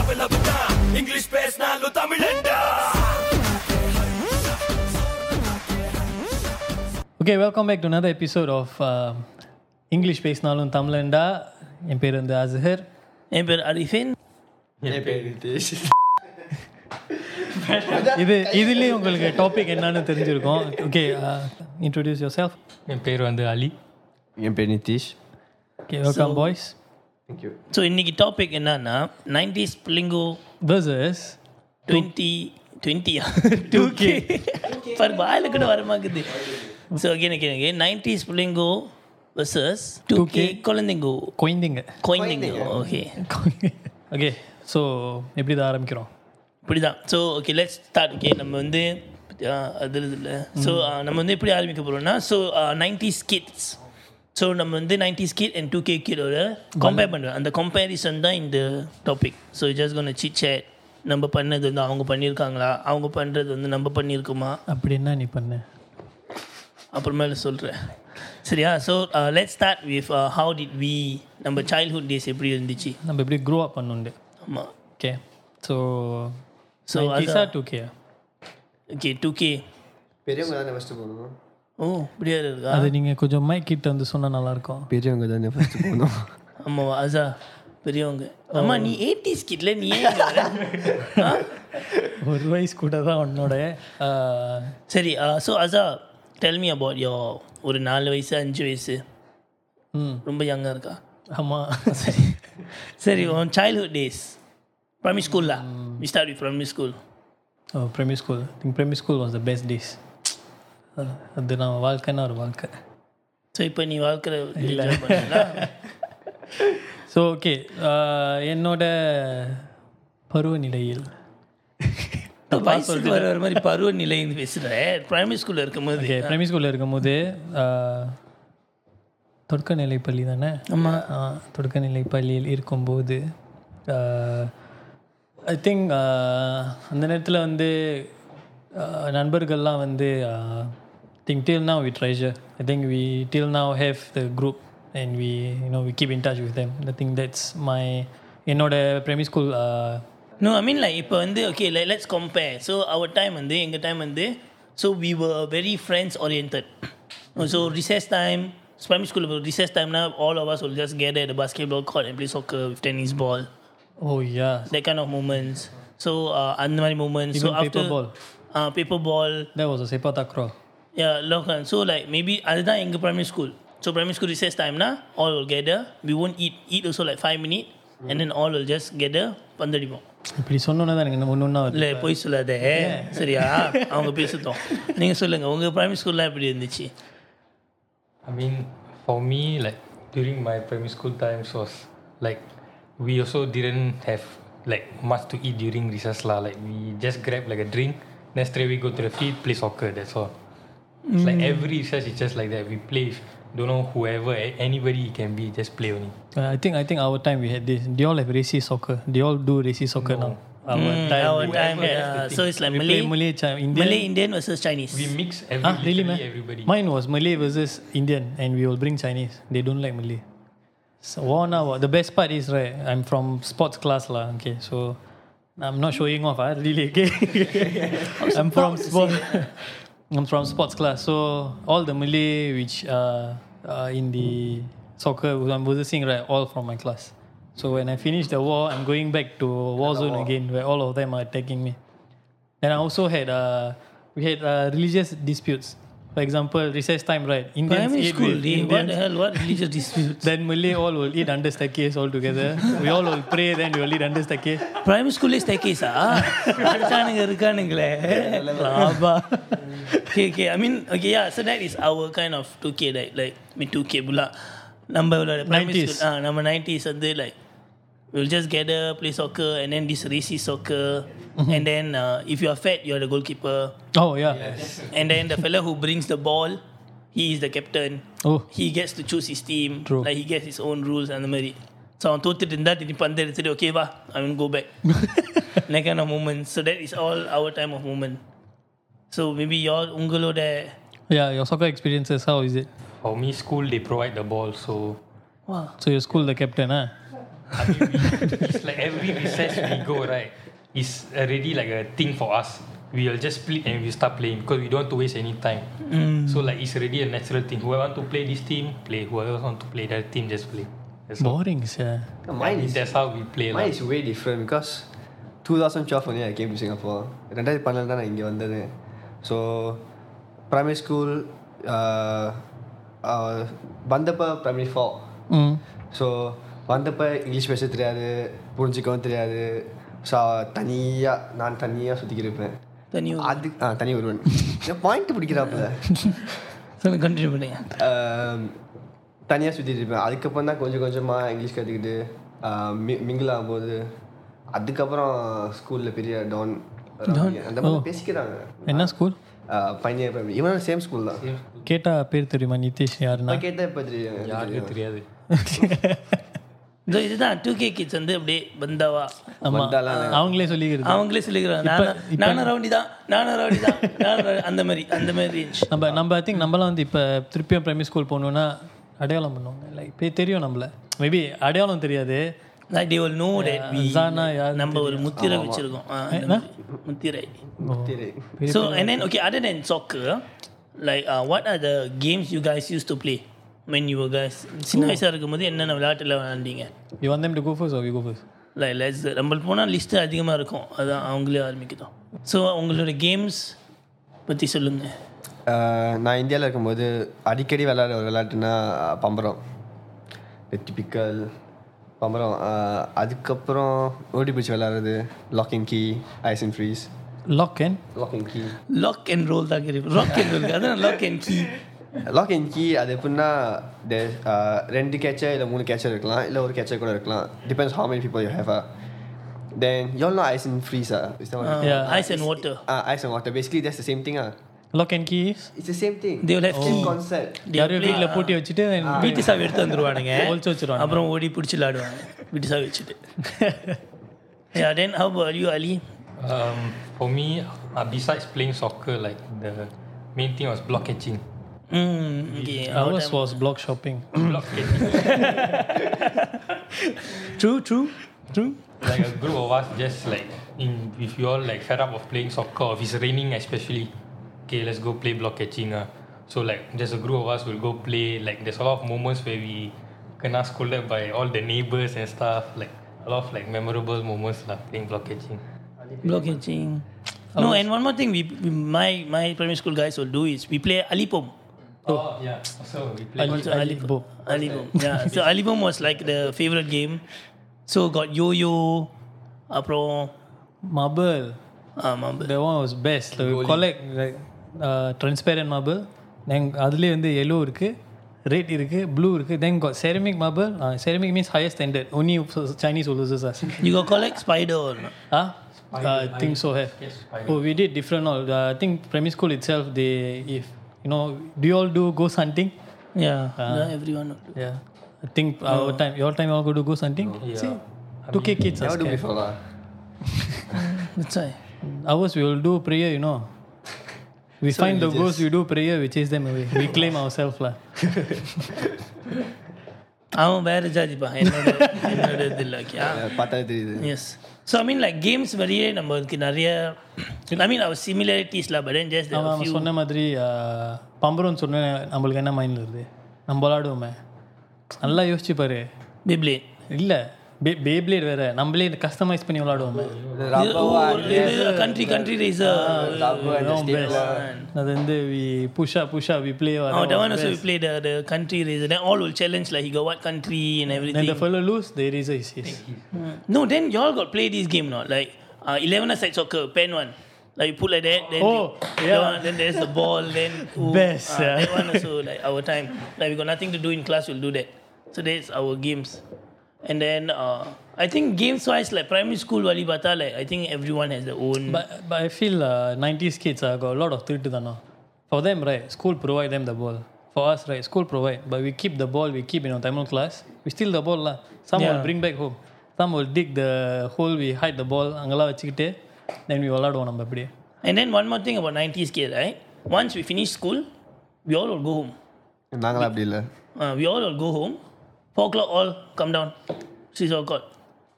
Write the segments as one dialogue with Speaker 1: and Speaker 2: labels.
Speaker 1: அவளவுதா English பேசினாலும் தமிழண்டா
Speaker 2: okay welcome back to another episode of English பேசினாலும் தமிழண்டா என் பேர் வந்து அசஹர்
Speaker 3: என் பேர் அரிஃபின்
Speaker 2: இது இதுலேயே உங்களுக்கு டாபிக் என்னன்னு தெரிஞ்சிருக்கும் uh, okay introduce yourself
Speaker 4: என் பேர் வந்து அலி
Speaker 5: என் பேர் Nitish
Speaker 2: okay welcome boys
Speaker 5: thank you
Speaker 3: so இன்னைக்கு டாபிக் என்னன்னா நைன்டிஸ் பிள்ளைங்கோ
Speaker 2: பர்சஸ்
Speaker 3: டுவெண்ட்டி டுவெண்ட்டியா டூ கே பர் வாயில் கூட வரமாக்குது ஸோ ஓகே எனக்கு எனக்கு நைன்டிஸ் பிள்ளைங்கோ வர்சஸ் டூ கே குழந்தைங்கோ
Speaker 2: குழந்தைங்க
Speaker 3: குழந்தைங்கோ ஓகே
Speaker 2: ஓகே ஸோ எப்படி தான் ஆரம்பிக்கிறோம்
Speaker 3: இப்படிதான் so okay let's start okay நம்ம வந்து ஆ, அது இல்லை ஸோ நம்ம வந்து எப்படி ஆரம்பிக்க போகிறோம்னா ஸோ நைன்டிஸ் கிட்ஸ் ஸோ நம்ம வந்து nineties kid and two K கிடோட கம்பேர் பண்ணுறோம் அந்த கம்பேரிசன் தான் இந்த டாபிக் ஸோ ஜஸ்ட் கொண்டு சிச்சேட் நம்ம பண்ணது வந்து அவங்க பண்ணியிருக்காங்களா அவங்க பண்ணுறது வந்து நம்ம பண்ணியிருக்கோமா
Speaker 2: அப்படி என்ன நீ பண்ண
Speaker 3: அப்புறமேல சொல்கிறேன் சரியா so let start with how did we நம்ம சைல்ட்ஹுட் டேஸ் எப்படி இருந்துச்சு
Speaker 2: நம்ம எப்படி க்ரோ அப் பண்ணுண்டு
Speaker 3: ஆமாம்
Speaker 2: ஓகே ஸோ
Speaker 3: ஸோ
Speaker 2: டிசா two K
Speaker 3: okay two K
Speaker 5: பெரியவங்க தானே ஃபஸ்ட்டு போகணும்
Speaker 3: ஓ இப்படியா இருக்கா
Speaker 2: அது நீங்கள் கொஞ்சம் மைக் கிட்ட வந்து சொன்னால் நல்லாயிருக்கும்
Speaker 5: பெரியவங்க தானே ஃபஸ்ட்டு போகணும்
Speaker 3: ஆமாவா அசா பெரியவங்க அம்மா நீ எயிட்டி ஸ்கிட்ல நீ ஏன் இங்க வர? ஆ?
Speaker 2: ஒரு வயசு கூட தான் உன்னோட ஆஹ்,
Speaker 3: சரி ஸோ அசா டெல் மீ அபவுட் யோ ஒரு நாலு வயசு அஞ்சு வயசு
Speaker 2: ம்
Speaker 3: ரொம்ப யங்காக இருக்கா
Speaker 2: ஆமா
Speaker 3: சரி சரி உன் சைல்ட்ஹுட் டேஸ் ப்ரைமரி ஸ்கூலில் we start with primary school
Speaker 2: oh primary school think primary school was the best days அது நான் வாழ்க்கைன்னா ஒரு வாழ்க்கை
Speaker 3: ஸோ இப்போ நீ வாழ்க்கிற இல்லை
Speaker 2: ஸோ ஓகே என்னோட பருவநிலையில்
Speaker 3: வயசுக்கு வர வர மாதிரி பருவநிலைன்னு பேசுகிற ப்ரைமரி ஸ்கூலில் இருக்கும்போது
Speaker 2: ஓகே ப்ரைமரி ஸ்கூலில் இருக்கும்போது ஆஹ், தொடக்கநிலை பள்ளி தானே
Speaker 3: ஆமாம்
Speaker 2: ஆஹ், தொடக்கநிலை பள்ளியில் இருக்கும்போது ஐ திங்க் அந்த நேரத்தில் வந்து ஆஹ், நண்பர்கள்லாம் வந்து think till now we treasure I think we till now have the group and we you know we keep in touch with them i think that's my என்னோட primary school ஆஹ்,
Speaker 3: நோ ஐ மீன் லைக் இப்போ வந்து okay let's compare so our time வந்து எங்கள் time வந்து so we were very friends oriented so research time primary ஸ்கூலில் research டைம்னா all over சொல் ஜஸ்ட் கேட் அட் பாஸ்கெட் பால் கால் எப்படி சொக்கு tennis ball
Speaker 2: oh yeah
Speaker 3: they kind of moments so uh, அந்த மாதிரி moments so
Speaker 2: even paper ball
Speaker 3: paper ball
Speaker 2: that was a sepa takraw
Speaker 3: local so like maybe அதுதான் எங்கள் primary school so primary school research டைம்னா ஆல் will gather we won't eat eat also like five minute and then all will just gather பந்தடிப்போம்
Speaker 2: இப்படி சொன்னோன்னே தான் எனக்கு ஒன்று ஒன்றா வருது
Speaker 3: இல்லை போய் சொல்லாத சரியா ah, அவங்க பேசட்டும் நீங்கள் சொல்லுங்கள் உங்கள் ப்ரைமரி ஸ்கூல்லாம் எப்படி இருந்துச்சு
Speaker 4: I mean for me like during my primary school times was like we also didn't have like much to eat during recess lah. Like we just grab like a drink, next day we go to the field, play soccer, that's all. It's like every recess is just like that. We play with don't know whoever, a- anybody it can be, just play only.
Speaker 2: Uh, I think I think our time we had this. They all have racy soccer. They all do racy soccer now. Our time
Speaker 3: Hmm, Our time, yeah. So Mm. it's like
Speaker 2: we play
Speaker 3: Malay, Malay,
Speaker 2: Malay, Chi- Indian.
Speaker 3: Malay Indian versus Chinese.
Speaker 4: We mix every,
Speaker 2: Ah, really, man?
Speaker 4: literally everybody.
Speaker 2: Mine was Malay versus Indian, and we will bring Chinese. They don't like Malay. So one hour. The best part is right. I'm from sports class lah. Okay, so I'm not showing off. Ah, really. Okay, I'm from sports. I'm from sports class. So all the Malay which uh, uh in the soccer I'm seeing right, all from my class. So when I finish the war, I'm going back to war zone again, where all of them are attacking me. And I also had uh, we had uh, religious disputes. For example, recess time, right? Indians
Speaker 3: primary
Speaker 2: ate
Speaker 3: school,
Speaker 2: with
Speaker 3: dey, what
Speaker 2: Indians.
Speaker 3: the hell, what religious dispute?
Speaker 2: Then Malay all will eat under staircase all together. we all will pray, then we will eat under staircase.
Speaker 3: primary ஸ்கூல்லே ஸ்டேக்கேஸா இருக்கானுங்க இருக்கானுங்களே ஆபா okay okay I mean okay yeah so that is our kind of two K like like mean two K புல்லா நம்ம primary
Speaker 2: 90s.
Speaker 3: school, ஆ நம்ம nineties வந்து like We'll just gather, play soccer, and then this racy soccer. And then, uh, if you are fat, you are the goalkeeper.
Speaker 2: Oh yeah.
Speaker 3: And then the fellow who brings the ball, he is the captain.
Speaker 2: Oh.
Speaker 3: he gets to choose his team.
Speaker 2: True.
Speaker 3: Like he gets his own rules and the merit. So on total in that in Pandere today, okay, bah, I will go back. like kind of moment. So that is all our time of moment. So maybe your Ungaloda
Speaker 2: Yeah, your soccer experiences, how is it?
Speaker 4: For me, school they provide the ball, so
Speaker 3: Wow.
Speaker 2: So your school the captain, ah? huh?
Speaker 4: I mean, we, it's like every recess we go, right? It's already like a thing for us. We'll just split and we start playing because we don't want to waste any time. So like it's already a natural thing. Whoever want to play this team, play. Whoever want to play that team, just play. That's, all.
Speaker 2: Boring, yeah.
Speaker 5: No, Kan mine is
Speaker 4: That's how we play. lah.
Speaker 5: mine is way different because 2012 only I came to Singapore. ரெண்டாயிரத்தி பன்னெண்டு தான் நான் இங்கே வந்தேன் so primary school வந்தப்போ primary four
Speaker 2: Mm.
Speaker 5: So வந்தப்போ இங்கிலீஷ் பேச தெரியாது புரிஞ்சிக்கவும் தெரியாது ஸோ தனியாக நான் தனியாக சுற்றிக்கிட்டு இருப்பேன்
Speaker 3: Then you
Speaker 5: அது ஆ தனி ஒருவன் பாயிண்ட் பிடிக்கிறாப்புல
Speaker 3: சொல்லுங்க continue பண்ணுங்க
Speaker 5: தனியாக சுற்றிட்டு இருப்பேன் Um, அதுக்கப்புறம் தான் கொஞ்சம் கொஞ்சமாக இங்கிலீஷ் கற்றுக்கிட்டு மிங்கிள் um, ஆகும்போது அதுக்கப்புறம் ஸ்கூலில் பெரிய டவுன் அந்த மாதிரி பேசிக்கிறாங்க
Speaker 2: என்ன ஸ்கூல்
Speaker 5: ஃபைன் இயர் ப்ரைமரி இவன் சேம் ஸ்கூல் தான்
Speaker 2: கேட்டா பேர் தெரியுமா நிதிஷ் யாருன்னா
Speaker 5: நான் கேட்டால் இப்போ தெரியும்
Speaker 4: யாருக்கும் தெரியாது.
Speaker 3: So, இதுதான் டூ கே கிட்ஸ் வந்து அப்படியே பந்தாவா
Speaker 2: ஆமா
Speaker 5: வந்தாலாம்
Speaker 2: அவங்களே சொல்லிக்கிறது
Speaker 3: அவங்களே சொல்லிக்கிறாங்க நானும் நானும் ரவுடி தான் நானும் ரவுடி தான் நானும் rowdy- அந்த மாதிரி அந்த மாதிரி range.
Speaker 2: நம்ம நம்ம ஐ திங்க் நம்மளாம் வந்து இப்போ திருப்பியும் பிரைமரி ஸ்கூல் போகணுன்னா அடையாளம் பண்ணுவாங்க லைக் இப்போ தெரியும் நம்மள மேபி அடையாளம் தெரியாது
Speaker 3: Like they will know that we
Speaker 2: ஜானா யார்
Speaker 3: நம்ம ஒரு முத்திரை வச்சிருக்கோம் ஆ, அந்த மாதிரி. முத்திரை
Speaker 5: தெரியும்
Speaker 3: so and then okay other than soccer like uh, what are the games you guys used to play when you were guys சின்ன வயசா இருக்கும்போது என்னென்ன விளையாட்டுல விளையாண்டீங்க
Speaker 2: you wanted to go first we go first
Speaker 3: like less நம்ம போனால் list அதிகமாக இருக்கும் அதான் அவங்களே ஆரம்பிக்கட்டும் ஸோ உங்களோட கேம்ஸ் பற்றி சொல்லுங்கள்
Speaker 5: ஆஹ் நான் இந்தியாவில் இருக்கும்போது அடிக்கடி விளையாட ஒரு விளையாட்டுனா ஆஹ் பம்பரம் டிபிக்கல் பம்பரம் ஆஹ் அதுக்கப்புறம் ஓடி பிடிச்சி விளையாடுறது locking key ice and freeze
Speaker 2: lock and
Speaker 5: locking key
Speaker 3: lock and roll தான் கேள்வி ராக் அண்ட் ரோல் அதான் lock and key
Speaker 5: lock and key அது எப்படின்னா the, ஆஹ் ரெண்டு கேட்சர் இல்லை மூணு கேட்சர் இருக்கலாம் இல்லை ஒரு கேட்சர் கூட இருக்கலாம் depends how many people you have ah. Then எவ்வளோ ஐஸ் அண்ட் ஃப்ரீஸா
Speaker 3: Ah. Ice and water
Speaker 5: ice and water basically that's the ah. Same thing ah
Speaker 2: lock and keys
Speaker 5: it's the same thing
Speaker 3: They will have
Speaker 5: same
Speaker 3: key.
Speaker 5: Concept
Speaker 2: யாரையும் வீட்டில் பூட்டி வச்சுட்டு then
Speaker 3: வீட்டு சாவி எடுத்து வந்துருவானுங்க
Speaker 2: ஒளிச்சு வச்சிருவானுங்க.
Speaker 3: அப்புறம் ஓடி பிடிச்சி விளாடுவாங்க வீட்டு சாவி வச்சுட்டு Yeah, then how about you, Ali?
Speaker 4: Um, for me, uh, besides playing soccer, like the main thing was block catching.
Speaker 3: Mm, okay.
Speaker 2: ours was block shopping
Speaker 4: block catching.
Speaker 3: True, true, true.
Speaker 4: Like a group of us just like in if you all like fed up of playing soccer, or if it's raining especially, okay, let's go play block catching. Uh. So like just a group of us will go play. Like there's a lot of moments where we kena scolded by all the neighbors and stuff. Like a lot of like memorable moments lah playing block catching.
Speaker 3: Block catching. No, and one more thing we, we my my primary school guys will do is we play Alipom.
Speaker 4: Oh, yeah. So we play.
Speaker 2: Ali- Alibom.
Speaker 3: Alibom. Yeah. So Alibom was like the favorite game. So got yo-yo, அப்புறம்
Speaker 2: marble
Speaker 3: ஆமா
Speaker 2: the one was best like, we collect like uh, transparent marble then அதுலயே வந்து yellow இருக்கு red இருக்கு blue இருக்கு then got ceramic marble uh, ceramic means higher standard only Chinese will loses us
Speaker 3: You got collect spider or not?
Speaker 2: Huh? Uh, I think so have.
Speaker 4: Yes,
Speaker 2: oh, we did different all. Uh, I think primary school itself, they if you know, do you all do ghost hunting?
Speaker 3: Yeah. Uh. yeah everyone. will do.
Speaker 2: Yeah. I think our time, your time, you all go do ghost hunting. See, two K kids. are
Speaker 5: Never do
Speaker 2: scared.
Speaker 5: before lah.
Speaker 3: That's why.
Speaker 2: Ours we will do prayer. You know, we find the ghost. We do prayer. We chase them away. We claim ourselves lah.
Speaker 3: அவன் வேற ஜாதிப்பா என்னோட என்னோட இது இல்லை okay
Speaker 5: பார்த்தாலே தெரியுது
Speaker 3: yes so I mean like games வரையே நம்மளுக்கு நிறைய ஐ மீன் அவர் சிமிலாரிட்டிஸ்லாம் பட் ஜஸ்ட்
Speaker 2: அவன் சொன்ன மாதிரி பம்பரம் சொன்ன நம்மளுக்கு என்ன மைண்டில் இருக்கு நம்ம விளாடுவோமே நல்லா யோசிச்சு பாரு
Speaker 3: பிப்ளே
Speaker 2: இல்லை பே பேப்ளேட் வேற நம்மளே கஸ்டமைஸ் பண்ணி விளாடுவோமே
Speaker 3: Oh, country country racer
Speaker 5: ah.
Speaker 2: அது வந்து we புஷா புஷா we play
Speaker 3: Oh, that one also we played the, the country race. Then all will challenge like he got what country and everything. Hmm.
Speaker 2: Then the fellow loose there is is is
Speaker 3: No, then y'all got play this game not like uh, eleven aside soccer pen one. Like you put like that, then
Speaker 2: Oh,
Speaker 3: you- that one, then there's the ball, then who-
Speaker 2: Best,
Speaker 3: ah,
Speaker 2: yeah.
Speaker 3: that one also like our time. Like we got nothing to do in class, we'll do that. So that's our games. And then uh, I think games wise like primary school Wali Bata, like I think everyone has their own
Speaker 2: but but I feel nineties kids are go lot of திருட்டு தானோ for them right school provide them the ball for us right school provide but we keep the ball we keep in Tamil class we still the ball lah சம் will bring back home some will dig the hole we hide the ball அங்கெல்லாம் வச்சுக்கிட்டு then we விளாடுவோம் நம்ம அப்படியே
Speaker 3: and then one more thing about nineties kid, right? Once we finish school, we all will go home.
Speaker 5: நாங்களாம் அப்படி இல்லை
Speaker 3: Uh, we all will go home. Four o'clock all come down. She's all got.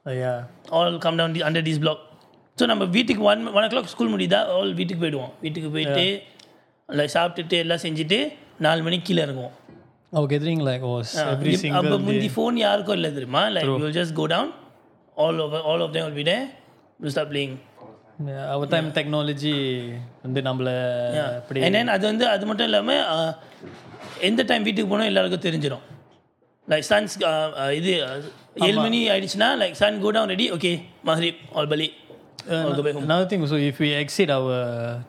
Speaker 2: Uh, yeah.
Speaker 3: All come down the, under this block. So நம்ம வீட்டுக்கு one one o'clock school முடியுதா all வீட்டுக்கு போயிடுவோம் வீட்டுக்கு போயிட்டு like, சாப்பிட்டுட்டு எல்லாம் செஞ்சுட்டு நாலு மணிக்கு கீழே இருக்குவோம்
Speaker 2: Our gathering like was every
Speaker 3: இப்- அப்ப
Speaker 2: single
Speaker 3: முந்தி
Speaker 2: day.
Speaker 3: ஃபோன் யாருக்கும் இல்லை தெரியுமா like you just go down all over all of them will be day you stop playing
Speaker 2: Yeah, our time technology வந்து நம்மள அப்படி
Speaker 3: and then அது வந்து அது மட்டும் இல்லாமல் எந்த டைம் வீட்டுக்கு போனால் எல்லாருக்கும் தெரிஞ்சிடும் லைக் சன்ஸ் இது அஹ், ஏழு மணி ஆயிடுச்சுன்னா like sun go down ready okay மஹரிப் ஆல் பலி all go back home.
Speaker 2: Another thing, so if we exceed our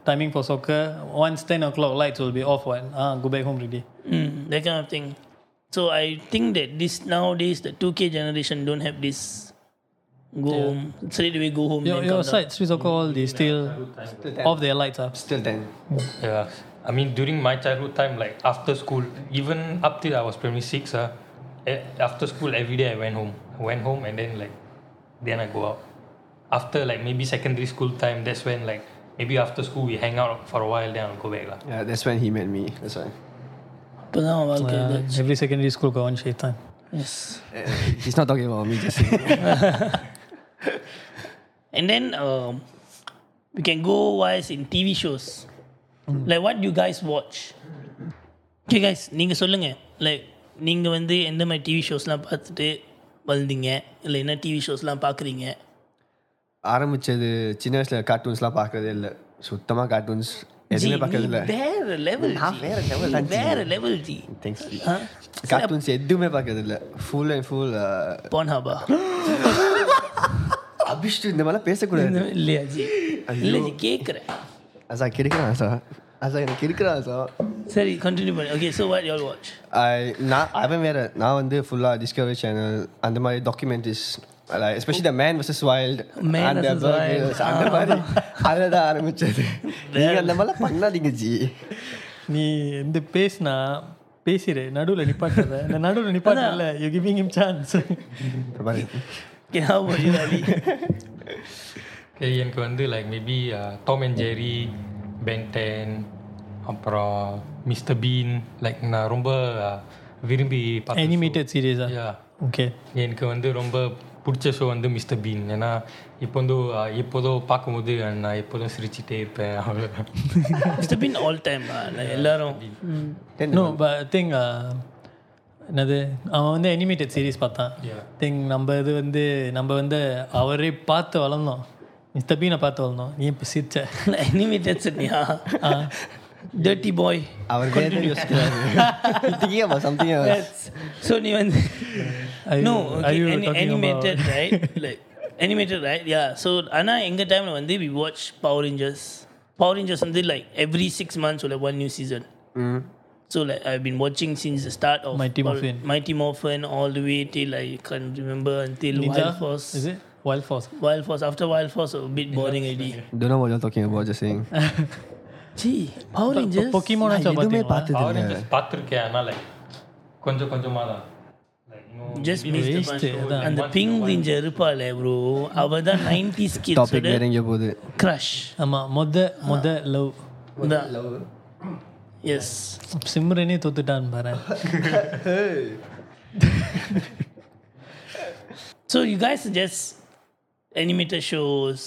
Speaker 2: timing for soccer, once 10 o'clock lights will be off, one. Ah, go back home already.
Speaker 3: Mm, that kind of thing. So I think that this nowadays the 2K generation don't have this go home straight away go home.
Speaker 2: Your,
Speaker 3: then
Speaker 2: your
Speaker 3: come down.
Speaker 2: side, Swiss soccer, all, they still off their lights up.
Speaker 5: Still 10.
Speaker 4: Yeah. I mean, during my childhood time, like after school, even up till I was primary six, uh, e- after school, every day I went home. I went home and then, like, then I go out. After, like, maybe secondary school time, that's when, like, maybe after school we hang out for a while, then I'll go back. lah.
Speaker 5: Yeah, that's when he met me. That's why.
Speaker 3: அப்பதான் அவன் வாழ்க்கை
Speaker 2: Yeah,
Speaker 3: இதாச்சு.
Speaker 2: Uh, every secondary school got one shaitan.
Speaker 3: Yes.
Speaker 5: He's not talking about me, just saying.
Speaker 3: And then um, we can go wise in TV shows. Like what you guys watch? Okay guys, நீங்க சொல்லுங்க like நீங்க வந்து எந்த மாதிரி TV ஷோஸ்லாம் பார்த்துட்டு வளர்ந்தீங்க இல்லை என்ன TV ஷோஸ்லாம் பார்க்குறீங்க
Speaker 5: ஆரம்பிச்சது சின்ன வயசுல கார்ட்டூன்ஸ்லாம் பார்க்கறதே இல்லை சுத்தமாக கார்ட்டூன்ஸ் எதுவுமே பார்க்கறது இல்லை
Speaker 3: வேற லெவல் வேற லெவல் வேற லெவல் ஜி
Speaker 5: தேங்க்ஸ் கார்ட்டூன்ஸ் எதுவுமே பார்க்கறது இல்லை ஃபுல் அண்ட் ஃபுல்
Speaker 3: போன்ஹாபா
Speaker 5: அபிஷ்டு இந்த மாதிரிலாம் பேசக்கூடாது
Speaker 3: இல்லையா ஜி இல்லை ஜி கேட்குறேன்
Speaker 5: அசா கிடைக்கிறான் சார் அசா எனக்கு இருக்கிறான் சார்
Speaker 3: சரி கண்டினியூ பண்ணு okay so what y'all watch
Speaker 5: நான் அவன் வேற நான் வந்து ஃபுல்லாக டிஸ்கவரி சேனல் அந்த மாதிரி documentaries especially the man versus wild
Speaker 3: Man
Speaker 5: அந்த
Speaker 3: versus
Speaker 5: மாதிரி
Speaker 3: Wild.
Speaker 5: அந்த மாதிரி அதை தான் ஆரம்பிச்சது நீங்க அந்த மாதிரிலாம் பண்ணாதீங்க ஜி
Speaker 2: நீ எந்த பேசினா பேசிடு நடுவில் நிப்பாட்டுறத இந்த நடுவில் நிப்பாட்டல யூ கிவிங் him சான்ஸ்
Speaker 5: இப்ப பாரு
Speaker 3: okay how about you Ali
Speaker 4: Okay, எனக்கு வந்து, like, maybe uh, Tom and Jerry, Ben 10, அப்புறம் Mr. Bean, like, நான் ரொம்ப uh, விரும்பி பார்த்த show.
Speaker 2: அனிமேட்டட் சீரியஸா
Speaker 4: Yeah.
Speaker 2: ஓகே
Speaker 4: எனக்கு வந்து ரொம்ப பிடிச்ச ஷோ வந்து மிஸ்டர் பீன் ஏன்னா இப்போ வந்து அஹ், எப்போதோ பார்க்கும்போது நான் எப்போதும் சிரிச்சிட்டே இருப்பேன் அவ்வளோ
Speaker 3: Mr. Bean all time ஆ, நான் எல்லாரும்
Speaker 2: நோ திங் uh, என்னது அவன் வந்து அனிமேட்டட் சீரிஸ் பார்த்தான் திங் நம்ம இது வந்து நம்ம வந்து அவரே பார்த்து வளர்ந்தோம் மிஸ்டர் பீனை பார்த்து வளர்ந்தோம் நீ இப்போ சிரிச்ச
Speaker 3: அனிமேட்டட் சொன்னியா
Speaker 2: Ah.
Speaker 3: டர்ட்டி பாய்
Speaker 5: அவர் வேற எதுவும் யோசிக்கிறாரு thinking about something else.
Speaker 3: So நீ வந்து
Speaker 2: Are
Speaker 3: no
Speaker 2: you- are you talking
Speaker 3: animated right like animated right yeah so ஆனால் எங்கள் டைமில் வந்து we watch Power Rangers Power Rangers வந்து லைக் எவ்ரி சிக்ஸ் மந்த்ஸ் உள்ள one new season So like I've been watching since the start of
Speaker 2: Mighty
Speaker 3: Power-
Speaker 2: Morphin.
Speaker 3: Mighty Morphin all the way till I can't remember until
Speaker 2: Ninja
Speaker 3: Wild Force.
Speaker 2: இது Wild Force
Speaker 3: Wild Force after Wild Force a bit boring already.
Speaker 5: Don't know what you're talking about, just saying.
Speaker 3: Uh, Gee, Power Rangers.
Speaker 2: பொக்கிமோனா
Speaker 5: நான் எதுவுமே
Speaker 2: பார்த்தீங்களா
Speaker 5: பார்த்தது
Speaker 4: power
Speaker 5: இல்லை
Speaker 4: Rangers பார்த்துருக்கேன் ஆனால் like கொஞ்சம் கொஞ்சமாக தான் Like, you know,
Speaker 3: Just
Speaker 4: maybe
Speaker 3: missed
Speaker 2: waste
Speaker 3: the
Speaker 2: it,
Speaker 3: punch.
Speaker 2: அதான்.
Speaker 3: அந்த பிங்க் ரேஞ்சர் இருப்பாளே ப்ரோ அவ தான் நைன்டிஸ்
Speaker 5: டாபிக் வேற
Speaker 3: கிட்ஸோட
Speaker 5: எங்கேயோ போகுது
Speaker 3: கிரஷ்
Speaker 2: ஆமாம் மொத மொத லவ்
Speaker 3: எஸ்
Speaker 2: சிம்ரனே தோத்துட்டான்னு பாரு
Speaker 3: so you guys just animated shows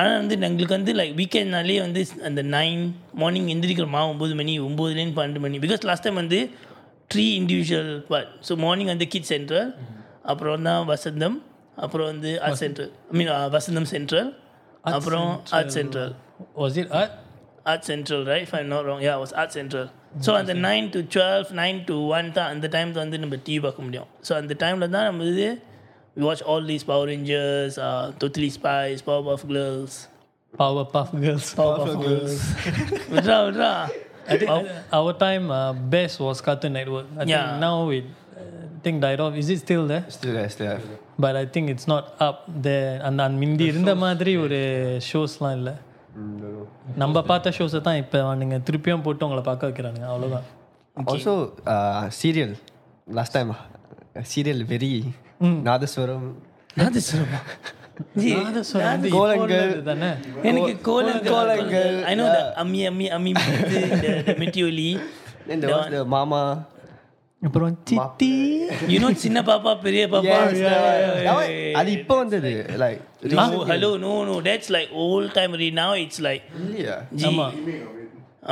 Speaker 3: ஆனால் வந்து எங்களுக்கு வந்து லைக் வீக்கெண்ட்னாலே வந்து அந்த நைன் மார்னிங் எந்திரிக்கிறோமா ஒம்பது மணி ஒம்பதுலேருந்து பன்னெண்டு மணி பிகாஸ் லாஸ்ட் டைம் வந்து three individual part so morning வந்து கிட் சென்ட்ரல் அப்புறம் தான் வசந்தம் அப்புறம் வந்து Art Central I mean uh, Vasantham Central அப்புறம் Art Central
Speaker 2: was it or
Speaker 3: Art Central, right? If I'm not wrong. Yeah, it was Art Central. So அந்த nine to twelve nine to one தான் அந்த time வந்து நம்ம TV பார்க்க முடியும் so அந்த டைமில் தான் நம்ம இது we watch all these Power Rangers, uh, Totally Spies, Powerpuff Girls,
Speaker 2: Powerpuff Girls
Speaker 3: Powerpuff Girls. விட்றா விட்றா
Speaker 2: I think our time uh, best was Cartoon Network. I
Speaker 3: Yeah.
Speaker 2: think now it uh, thing died off. Is it still there?
Speaker 5: Still there, still there.
Speaker 2: But I think it's not up there. அந்த அந்த முந்தி இருந்த மாதிரி ஒரு ஷோஸ்லாம் இல்லை நம்ம பார்த்த ஷோஸை தான் இப்போ அவனுங்க திருப்பியும் போட்டு உங்களை பார்க்க வைக்கிறானுங்க அவ்வளோதான்
Speaker 5: Also, uh, serial. Last time, uh, serial very Hmm. நாதஸ்வரம்
Speaker 3: அது சொல்லுமா ஜி
Speaker 2: அது சொல்றது இப்போ
Speaker 5: கோலங்கள்.
Speaker 2: உள்ளது தானே
Speaker 3: எனக்கு கோலம்
Speaker 5: கோலங்கள்.
Speaker 3: ஐ நோ அம்மி அம்மி அம்மி இது, இந்த- இந்த மெட்டியோலி
Speaker 5: Then there was the மாமா
Speaker 2: அப்புறம் சித்தி
Speaker 3: You know சின்ன பாப்பா பெரிய பாப்பா
Speaker 5: Yes, that one. அது இப்போ வந்தது like
Speaker 3: No, hello, no, no. That's like old time. already. Now it's like,
Speaker 5: இல்லையா
Speaker 3: gee,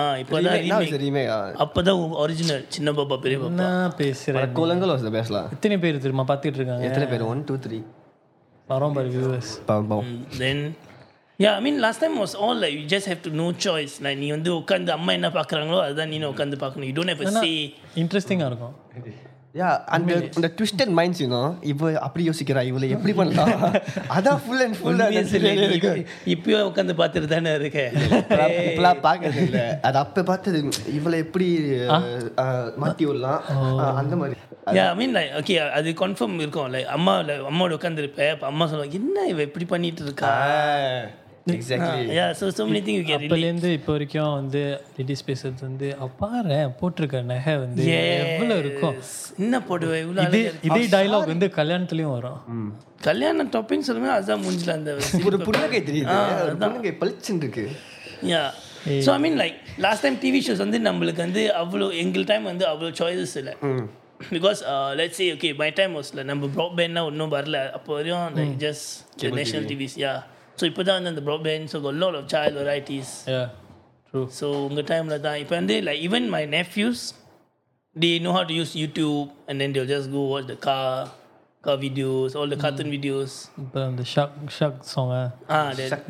Speaker 3: ah, இப்பதான்
Speaker 5: Remake, now it's a
Speaker 3: remake.
Speaker 5: remake, ah.
Speaker 3: அப்பதான் ஒரிஜினல் சின்ன பாப்பா பெரிய பாப்பா
Speaker 2: என்ன பேசுறேன்
Speaker 5: கோலங்கள் was the best lah.
Speaker 2: எத்தனை பேர் தெரியுமா பார்த்துட்டு இருக்காங்க
Speaker 5: எத்தனை பேர் ஒன் டூ த்ரீ
Speaker 2: வரோம் பாரு வியூவர்ஸ்
Speaker 5: பாவம் பாவம்
Speaker 3: then yeah i mean last time was all like you just have to no choice like நீ வந்து உட்காந்து அம்மா என்ன பாக்குறாங்களோ அதுதான் நீ உட்காந்து பார்க்கணும் you don't have a say
Speaker 2: இன்ட்ரெஸ்டிங்காக இருக்கும்
Speaker 5: யா அந்த அந்த twisted minds யூனோ இவ அப்படி யோசிக்கிறா இவளை எப்படி பண்ணலாம் அதான் ஃபுல் அண்ட் ஃபுல்
Speaker 3: உண்மையை சொல்லு, இப்ப- இப்பயும் உட்காந்து பார்த்துட்டு தானே இருக்க
Speaker 5: இப்பெல்லாம் பார்க்கறது இல்ல அது அப்ப பார்த்தது இவளை எப்படி அஹ், அஹ், மாத்தி விடலாம் அஹ், அந்த மாதிரி
Speaker 3: yeah i mean like okay அது கன்ஃபார்ம் இருக்கும் like அம்மா like அம்மாவோட உட்காந்துருப்ப அப்ப அம்மா சொல்லுவாங்க என்ன இவ இப்படி பண்ணிட்டு இருக்கா Ah,
Speaker 5: exactly
Speaker 3: yeah so so many things you can really
Speaker 2: அப்பலேருந்து இப்போ வரைக்கும் வந்து லேடிஸ் பேசுறது வந்து அப்பாரு போட்டிருக்க நகை வந்து எவ்வளவு இருக்கும்
Speaker 3: என்ன போடுவ இவ்வளவு
Speaker 2: இதே
Speaker 3: அழகா இருக்கு.
Speaker 2: இதே டயலாக் வந்து கல்யாணத்துலயும் வரும்
Speaker 3: கல்யாணம் டொப்பின்னு சொல்லுமே அதுதான் முடிஞ்சல அந்த
Speaker 5: ஒரு புன்னகை தெரியுது ஒரு புன்னகை பளிச்சுன்னு இருக்கு
Speaker 3: yeah so I mean like last time TV shows வந்து நம்மளுக்கு வந்து அவ்வளோ எங்கள் டைம் வந்து அவ்வளோ சாய்ஸஸ் இல்லை because let's say okay my time வாஸ்ல நம்ம ப்ராட்பேண்ட்னா ஒன்றும் வரல அப்போ வரையும் like just national TVs yeah so இப்போ தான் வந்து அந்த broadband so lot of child varieties
Speaker 2: true
Speaker 3: so உங்கள் டைமில் தான் இப்போ வந்து like even my nephews they know how to use YouTube and then they'll just go watch the car car videos all the cartoon videos
Speaker 2: இப்போ அந்த ஷக் ஷக் song
Speaker 3: ah that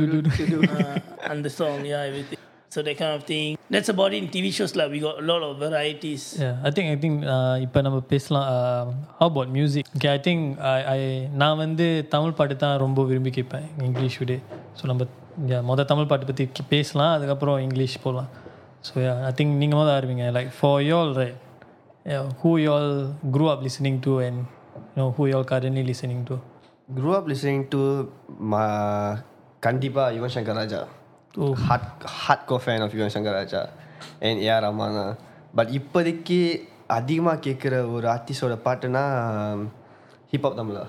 Speaker 3: uh, and the song, yeah, everything. So that kind of thing. That's about it in TV shows. Like we got a lot of varieties.
Speaker 2: I think I think இப்போ uh, நம்ம பேசலாம் uh, how about music okay I think I நான் வந்து தமிழ் பாட்டு தான் ரொம்ப விரும்பி கேட்பேன் இங்கிலீஷ் விட ஸோ நம்ம yeah, மொத தமிழ் பாட்டு பற்றி பேசலாம் அதுக்கப்புறம் இங்கிலீஷ் போகலாம் ஸோ ஐ திங்க் நீங்கள் மொதல் ஆரம்பிங்க like for y'all right who y'all grew up listening to and you know who you all currently listening to
Speaker 5: grew up listening to ma கண்டிப்பா Yuvan Shankar Raja hard hardcore fan of Yuvan Shankar Raja and AR Rahman but இப்போதைக்கு அதிகமாக கேட்குற ஒரு ஆர்டிஸ்டோட பாட்டுனா Hiphop Tamizha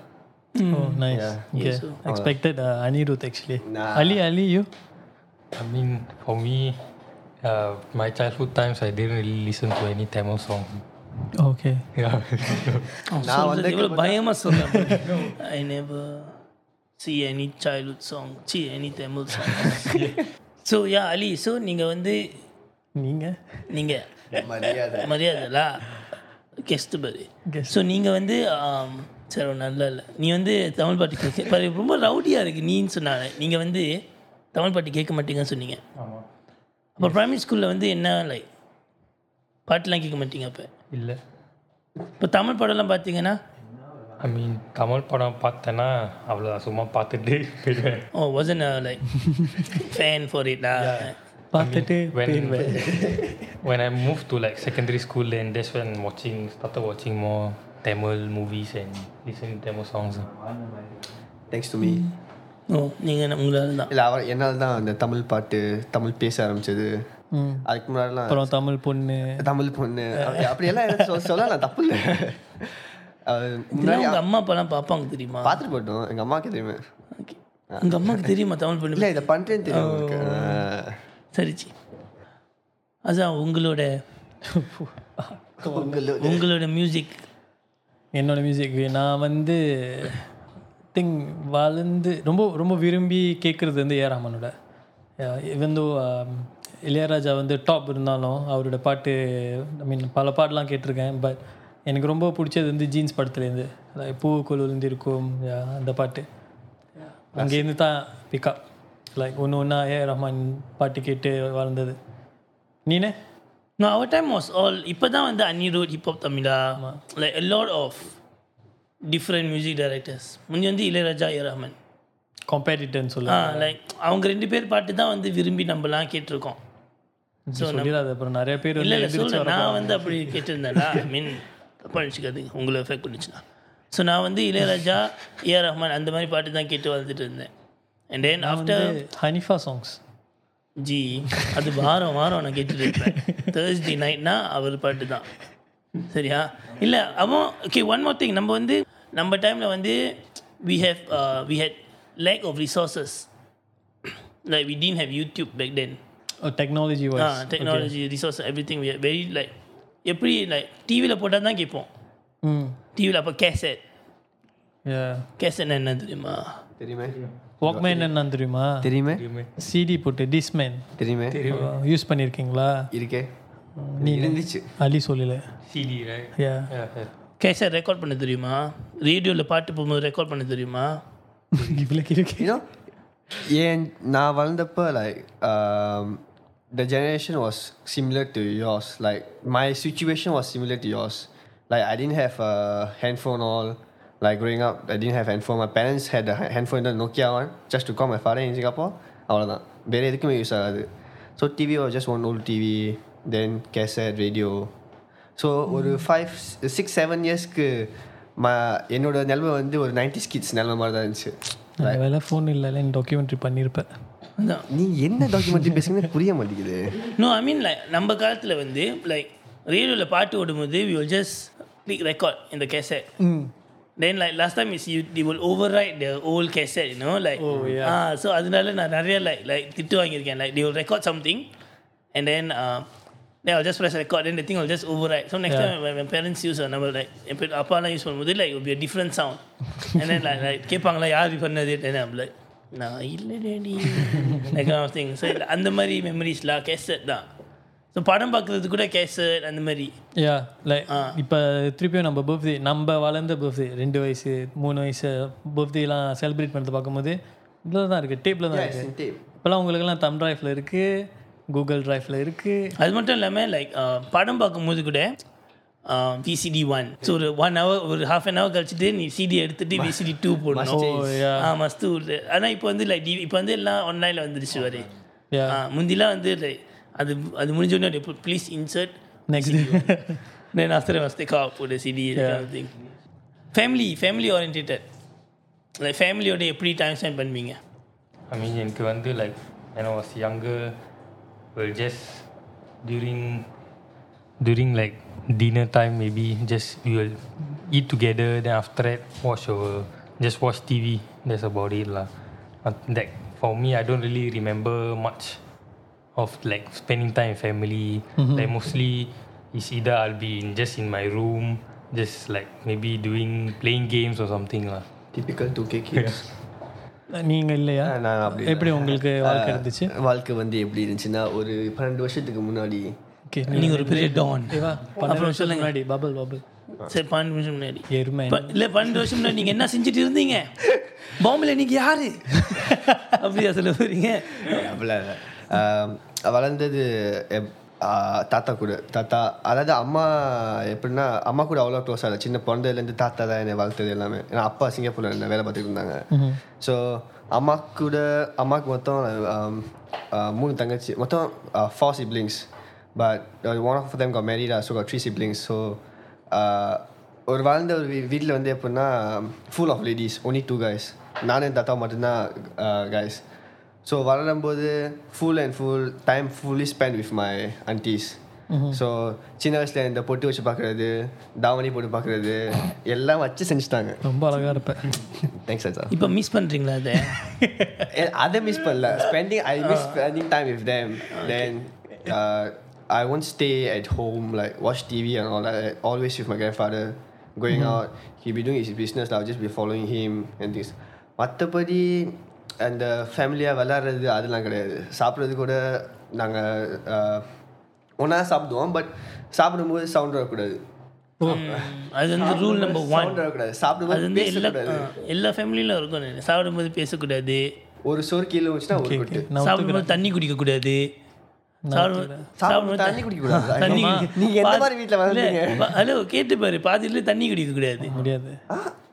Speaker 2: oh nice okay expected uh, anirudh actually ali ali you
Speaker 4: I mean, for me, uh, my childhood times, I didn't really listen to any Tamil song.
Speaker 2: okay
Speaker 4: Yeah.
Speaker 5: Oh, நான் வந்து
Speaker 3: இவ்வளோ பயமா சொல்றேன் I never see any childhood song, see any Tamil song. so yeah, Ali, so நீங்க வந்து
Speaker 2: நீங்க
Speaker 3: நீங்க
Speaker 5: மரியாதை
Speaker 3: மரியாதைலா கெஸ்ட் பரி
Speaker 2: Guest.
Speaker 3: ஸோ நீங்க வந்து ஆம், சரி நல்லா இல்லை நீ வந்து தமிழ் பாட்டு கேட்க பாரு, ரொம்ப ரவுடியா இருக்கு நீன்னு சொன்னாங்க நீங்க வந்து தமிழ் பாட்டு கேட்க மாட்டீங்கன்னு சொன்னீங்க அப்போ பிரைமரி ஸ்கூலில் வந்து என்ன லைக் பாட்டுலாம் கேட்க மாட்டீங்க அப்போ
Speaker 4: இல்லை
Speaker 3: இப்போ தமிழ் படம்லாம் பார்த்தீங்கன்னா
Speaker 4: ஐ மீன் தமிழ் படம் பார்த்தேன்னா அவ்வளோதான் சும்மா பார்த்துட்டு போயிடுவேன்
Speaker 3: ஓ வாசன் லைக் ஃபேன் ஃபார் இட்
Speaker 2: பார்த்துட்டு
Speaker 4: When, when I moved to like secondary school, then that's when watching started watching more Tamil movies and listening to Tamil songs.
Speaker 5: Thanks to me
Speaker 3: oh நீங்கள் உங்களால் தான்
Speaker 5: இல்லை அவர் என்னால் தான் அந்த தமிழ் பாட்டு தமிழ் பேச ஆரம்பிச்சது அதுக்கு முன்னாடிலாம்
Speaker 2: அப்புறம் தமிழ் பொண்ணு
Speaker 5: தமிழ் பொண்ணு அப்படி- அப்படியெல்லாம் எனக்கு சொ- சொல்லலாம் தப்பு இல்லை அது முன்னாடி
Speaker 3: இதெல்லாம் உங்கள் அம்மா அப்பாலாம் பார்ப்பாங்க தெரியுமா
Speaker 5: பார்த்துட்டு போட்டோம் எங்கள் அம்மாவுக்கு தெரியுமே
Speaker 3: உங்கள் அம்மாவுக்கு தெரியுமா தமிழ் பண்ணி
Speaker 5: இல்லை இதை பண்ணுறேன்னு தெரியும் உங்களுக்கு ஆ.
Speaker 3: சரிச்சி அதான் உங்களோட
Speaker 5: உங்களுக்கு
Speaker 3: உங்களோட மியூசிக்
Speaker 2: என்னோட மியூசிக் நான் வந்து திங் வளர்ந்து ரொம்ப ரொம்ப விரும்பி கேட்குறது வந்து ஏ ராமனோட இவந்தோ இளையராஜா வந்து டாப் இருந்தாலும் அவரோட பாட்டு ஐ மீன் பல பாட்டெலாம் கேட்டிருக்கேன் பட் எனக்கு ரொம்ப பிடிச்சது வந்து ஜீன்ஸ் படத்துலேருந்து பூக்குழுலேருந்து இருக்கும் yeah, அந்த பாட்டு அங்கேருந்து தான் பிக்கப் லைக் ஒன்று ஒன்றா ஏ ரஹ்மான் பாட்டு கேட்டு வளர்ந்தது நீனே
Speaker 3: நான் அவர் டைம் வாஸ் ஆல் இப்போ தான் வந்து Anirudh Hiphop Tamizha like lot of different music directors முந்தி வந்து இளையராஜா ஏ ரஹ்மான்
Speaker 2: காம்பேட்டிட்டன்னு சொல்ல
Speaker 3: ஆ லைக் அவங்க ரெண்டு பேர் பாட்டு தான் வந்து விரும்பி நம்மலாம் கேட்டிருக்கோம்
Speaker 2: சொல்லிடாது அப்புறம் நிறைய பேர்
Speaker 3: இல்லை
Speaker 2: வந்து
Speaker 3: இல்லை
Speaker 2: எதிர்த்து
Speaker 3: சொல்ல நான் வந்து அப்படி கேட்டிருந்தேன்ல மீன் தப்பா நினச்சிக்காதீங்க உங்களை எஃபெக்ட் பண்ணிச்சுன்னா ஸோ நான் வந்து இளையராஜா ஏஆர் ரஹ்மான் அந்த மாதிரி பாட்டு தான் கேட்டு வளர்த்துட்டு இருந்தேன் and then after
Speaker 2: Hanifa songs
Speaker 3: ஜி அது வாரம் வாரம் நான் கேட்டுட்டு இருப்பேன் தேர்ஸ்டே நைட்னா அவர் பாட்டு தான் சரியா இல்லை அவன் ஓகே ஒன் மோர் திங் நம்ம வந்து நம்ம டைமில் வந்து uh, we have we had lack of resources like we didn't have YouTube back then
Speaker 2: Oh, technology wise
Speaker 3: Ah, technology, resource, everything. We are very like எப்படி லைக் டிவியில் போட்டால் தான் கேட்போம்
Speaker 2: ம்
Speaker 3: டிவியில் அப்போ கேசட்
Speaker 2: யா
Speaker 3: கேசட் என்ன தெரியுமா
Speaker 5: தெரியுமே
Speaker 2: வாக்மேன் என்னன்னு தெரியுமா
Speaker 5: தெரியுமே
Speaker 2: சிடி போட்டு டிஸ்மேன்
Speaker 5: தெரியுமே
Speaker 2: யூஸ் பண்ணியிருக்கீங்களா
Speaker 5: இருக்கே
Speaker 2: நீ
Speaker 5: இருந்துச்சு
Speaker 2: அலி சொல்லல
Speaker 4: CD, right?
Speaker 2: Yeah
Speaker 4: Yeah, yeah.
Speaker 3: Cassette record பண்ண தெரியுமா ரேடியோவில் பாட்டு போகும்போது ரெக்கார்ட் பண்ண தெரியுமா
Speaker 2: இவ்வளோ இருக்கு
Speaker 5: you know ஏன் நான் வளர்ந்தப்ப like um, the generation was similar to yours like my situation was similar to yours like I didn't have a handphone all like growing up I didn't have handphone my parents had a ha- handphone the Nokia one just to call my father in Singapore அவ்வளோதான் வேற எதுக்குமே use ஆகாது so TV was just one old TV then cassette radio so ஒரு five six seven இயர்ஸ்க்கு ம என்னோட நிலமை வந்து ஒரு நைன்டி ஸ்கிட்ஸ் நிலமை மாதிரி தான் இருந்துச்சு
Speaker 2: நல்ல வேலை ஃபோன் இல்லைல்ல டாக்குமெண்ட்ரி பண்ணியிருப்பேன்
Speaker 3: அதான்
Speaker 5: நீ என்ன டாக்குமெண்ட்ரி பேசுறீங்கன்னு புரிய மாட்டேங்குது
Speaker 3: நோ ஐ மீன் லைக் நம்ம காலத்தில் வந்து லைக் ரேடியோவில் பாட்டு ஓடும்போது we will just click record இந்த cassette then like last time is you the will overwrite the old cassette you know like ah so அதனால Ah, நான் நிறைய லைக் லைக் திட்டு வாங்கியிருக்கேன் like the will record something and then ah, then I'll just press record then the thing will just override. So next
Speaker 2: Yeah.
Speaker 3: time when my parents use a number like என் பேர் அப்பாலாம் use பண்ணும்போது like it will be a different sound. and then like like கேட்பாங்களா யார் இது பண்ணது and I'm like நான் இல்லை daddy like kind of thing. So இல்ல, அந்த மாதிரி மெமரிஸ்லாம் கேசட் தான் ஸோ படம் பார்க்குறது கூட கேசட் அந்த மாதிரி
Speaker 2: யா லைக் இப்போ திருப்பியும் நம்ம பர்த்டே நம்ம வளர்ந்த பர்த்டே ரெண்டு வயசு மூணு வயசு பர்த்டேலாம் செலிப்ரேட் பண்ணுறது பார்க்கும்போது இதில் தான் இருக்குது டேப்பில் தான் இருக்குது இப்போலாம் உங்களுக்கெல்லாம் தம் டிரைவில் இருக்குது கூகுள் டிரைவில் இருக்குது
Speaker 3: அது மட்டும் இல்லாமல் லைக் படம் பார்க்கும்போது கூட uh, விசிடி ஒன் ஸோ ஒரு ஒன் ஹவர் ஒரு ஹாஃப் அன் ஹவர் கழிச்சுட்டு நீ சிடி எடுத்துட்டு விசிடி டூ போடணும் Oh, ஆ மஸ்து ஆனால் இப்போ வந்து லைக் இப்போ வந்து எல்லாம் ஆன்லைனில் வந்துருச்சு வரை
Speaker 2: யா
Speaker 3: ஆ, முந்திலாம் வந்து like, அது அது முடிஞ்ச உடனே ப்ளீஸ் இன்சர்ட்
Speaker 2: நெக்ஸ்ட்
Speaker 3: தென் ஆஸ்தர் மஸ்தேக்கா போடு CD family family orientated like ஃபேமிலியோட எப்படி டைம் ஸ்பெண்ட் பண்ணுவீங்க
Speaker 4: I mean, எனக்கு வந்து like when I was younger, well, just during during like dinner time maybe just we will eat together. Then after that, watch our just watch TV. That's about it lah. Uh, Like for me, I don't really remember much of like spending time with family. Like mostly it's either I'll be in just in my room, just like maybe doing playing games or something lah.
Speaker 5: Typical two K kids
Speaker 2: நீங்கள் இல்லையா
Speaker 5: நான் அப்படி இல்லை.
Speaker 2: எப்படி உங்களுக்கு வாழ்க்கை இருந்துச்சு
Speaker 5: வாழ்க்கை வந்து எப்படி இருந்துச்சுன்னா ஒரு பன்னெண்டு வருஷத்துக்கு முன்னாடி
Speaker 2: ஓகே
Speaker 3: நீங்க ஒரு பெரிய டான்
Speaker 2: பன்னெண்டு வருஷம் முன்னாடி பபுள் பபுள்
Speaker 3: சரி பன்னெண்டு நிமிஷம் முன்னாடி
Speaker 2: எருமை
Speaker 3: ப- இல்ல பன்னெண்டு வருஷம் முன்னாடி நீங்க என்ன செஞ்சுட்டு இருந்தீங்க பாம்பேல நீங்க யாரு அப்படியா சொல்ல போறீங்க
Speaker 5: அப்படிலாம் இல்லை ஆம், வளர்ந்தது எப்- ஆ, தாத்தா கூட தாத்தா அதாவது அம்மா எப்படின்னா அம்மா கூட அவ்வளோ க்ளோஸாக இல்லை சின்ன பிறந்ததுலேருந்து தாத்தா தான் என்னை வளர்த்தது எல்லாமே ஏன்னா அப்பா சிங்கப்பூரில் என்ன வேலை பார்த்துட்டு இருந்தாங்க ஸோ அம்மா கூட அம்மாவுக்கு மொத்தம் ஆம், ஆ, மூணு தங்கச்சி மொத்தம் four siblings but one of them கா மேரிட் ஸோ கா த்ரீ சிப்ளிங்ஸ் ஸோ ஒரு வாழ்ந்த ஒரு வீ வீட்டில் வந்து எப்படின்னா full of ladies only two guys நானும் என் தாத்தா மட்டும்தான் கைஸ் ஸோ வளரும்போது full and full time fully spend with my aunties so சின்ன வயசில் இந்த பொட்டு வச்சு பார்க்குறது தாவணி போட்டு பார்க்குறது எல்லாம் வச்சு செஞ்சுட்டாங்க
Speaker 2: ரொம்ப அழகா இருப்பேன்
Speaker 5: தேங்க்ஸ் சார்
Speaker 3: இப்ப மிஸ் பண்றீங்களா அதை
Speaker 5: And அதை மிஸ் பண்ணல spending I miss spending time with them then uh, I won't stay at home like watch TV and all that always with my grandfather going out he be doing is business I just be following him and this மற்றபடி அந்த ஃபேமிலியாக விளாட்றது அதெல்லாம் கிடையாது சாப்பிட்றது கூட நாங்கள் ஒன்றா சாப்பிடுவோம் பட் சாப்பிடும்போது சவுண்ட் வரக்கூடாது
Speaker 3: அது வந்து ரூல் நம்பர் ஒன்
Speaker 5: சவுண்ட் வரக்கூடாது
Speaker 3: அது
Speaker 5: சாப்பிடும்போது
Speaker 3: வந்து எல்லா
Speaker 5: பேசக்கூடாது
Speaker 3: ஆ, எல்லா ஃபேமிலியிலும் இருக்கும் நினைக்கிறேன். சாப்பிடும்போது பேசக்கூடாது
Speaker 5: ஒரு சோறு கீழே வச்சுன்னா ஒரு கொட்டு
Speaker 3: சாப்பிடும்போது தண்ணி குடிக்க கூடாது சாப்பிடும்போது-
Speaker 5: சாப்பிடும்போது தண்ணி குடிக்கக்கூடாது
Speaker 3: தண்ணி
Speaker 5: நீங்க எந்த மாதிரி வீட்டில் வளர்ந்தீங்க
Speaker 3: இல்ல, ஹலோ கேட்டு பாரு பாதியில தண்ணி குடிக்க கூடாது
Speaker 2: முடியாது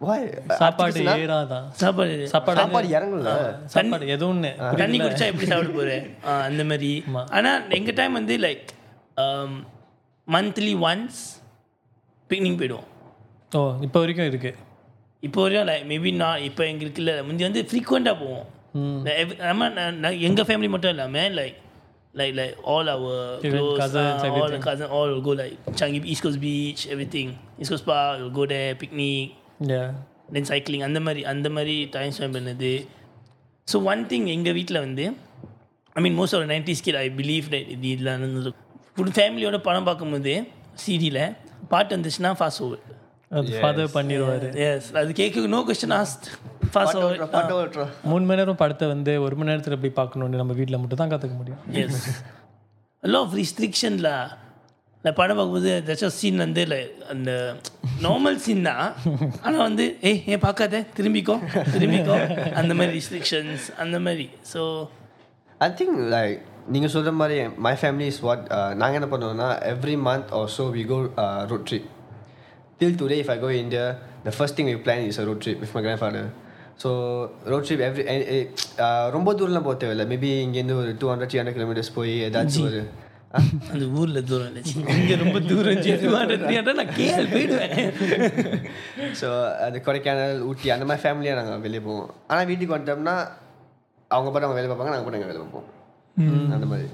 Speaker 5: Why?
Speaker 2: சாப்பாடு ஏறாதான்
Speaker 3: சாப்பாடு
Speaker 2: சாப்பாடு
Speaker 5: சாப்பாடு இறங்கும்ல
Speaker 2: சாப்பாடு எதுவும் ஒன்று
Speaker 3: தண்ணி குடிச்சா எப்படி சாப்பிட போற ஆ, அந்த மாதிரி ஆனா எங்க டைம் வந்து um, like monthly once picnic போயிடுவோம்
Speaker 2: ஓ இப்போ வரைக்கும் இருக்கு
Speaker 3: இப்போ வரையும் லைக் மேபி நான் இப்போ எங்களுக்கு இல்லை முந்தி வந்து ஃப்ரீக்வெண்ட்டாக போவோம் Like, every- நம்ம நான் நான் எங்கள் ஃபேமிலி மட்டும் இல்லாமல் like like like all our
Speaker 2: Even cousins,
Speaker 3: all
Speaker 2: everything.
Speaker 3: Cousin all go like Changi east coast beach everything east coast park go day picnic
Speaker 2: yeah
Speaker 3: then cycling அந்த மாதிரி அந்த மாதிரி டைம் ஸ்பெண்ட் பண்ணது so one thing எங்கள் வீட்டில் வந்து I mean most of ninety skill I believe இது இதெல்லாம் நடந்தது ஃபுல் ஃபேமிலியோட படம் பார்க்கும்போது சிடியில் பாட்டு வந்துச்சுன்னா ஃபாஸ்ட் ஓவர்
Speaker 2: அது ஃபாதர் பண்ணிடுவாரு
Speaker 3: எஸ் அது கேட்க no question asked fast over
Speaker 5: பாட்டு ஓட்டுறா
Speaker 2: மூணு மணி நேரம் படத்தை வந்து ஒரு மணி நேரத்துல போய் பார்க்கணும்னு நம்ம வீட்ல மட்டும் தான் கற்றுக்க முடியும்
Speaker 3: எஸ் லோ ஆஃப் ரிஸ்ட்ரிக்ஷன்ல இந்த படம் பார்க்கும்போது ஏதாச்சும் சீன் வந்து இல்லை அந்த நார்மல் சீன் தான் ஆனால் வந்து ஏய் ஏன் பார்க்காத திரும்பிக்கோ திரும்பிக்கோ அந்த மாதிரி ரிஸ்ட்ரிக்ஷன்ஸ் அந்த மாதிரி ஸோ
Speaker 5: ஐ திங்க் லைக் நீங்கள் சொல்கிற மாதிரி மை ஃபேமிலி இஸ் வாட் நாங்கள் uh, என்ன பண்ணுவோம்னா every month or so we go road trip till today if I go India the first thing we plan is road trip with my grandfather so road trip every eh, uh, ரொம்ப தூரம்லாம் போக தேவையில்லை maybe இங்கேருந்து ஒரு two hundred three hundred kilometres போய் ஏதாச்சும் ஒரு
Speaker 3: அந்த ஊரில் தூரம் இருந்துச்சு இங்கே ரொம்ப தூரம் இருந்துச்சு நான் கேள் போயிடுவேன்
Speaker 5: ஸோ அது கொடைக்கானல் ஊட்டி அந்த மாதிரி ஃபேமிலியாக நாங்கள் வெளியே போவோம் ஆனால் வீட்டுக்கு வந்துட்டோம்னா அவங்க பாட்டு அவங்க வேலை பார்ப்பாங்க நாங்கள் பாட்டு நாங்கள் வேலை பார்ப்போம் அந்த மாதிரி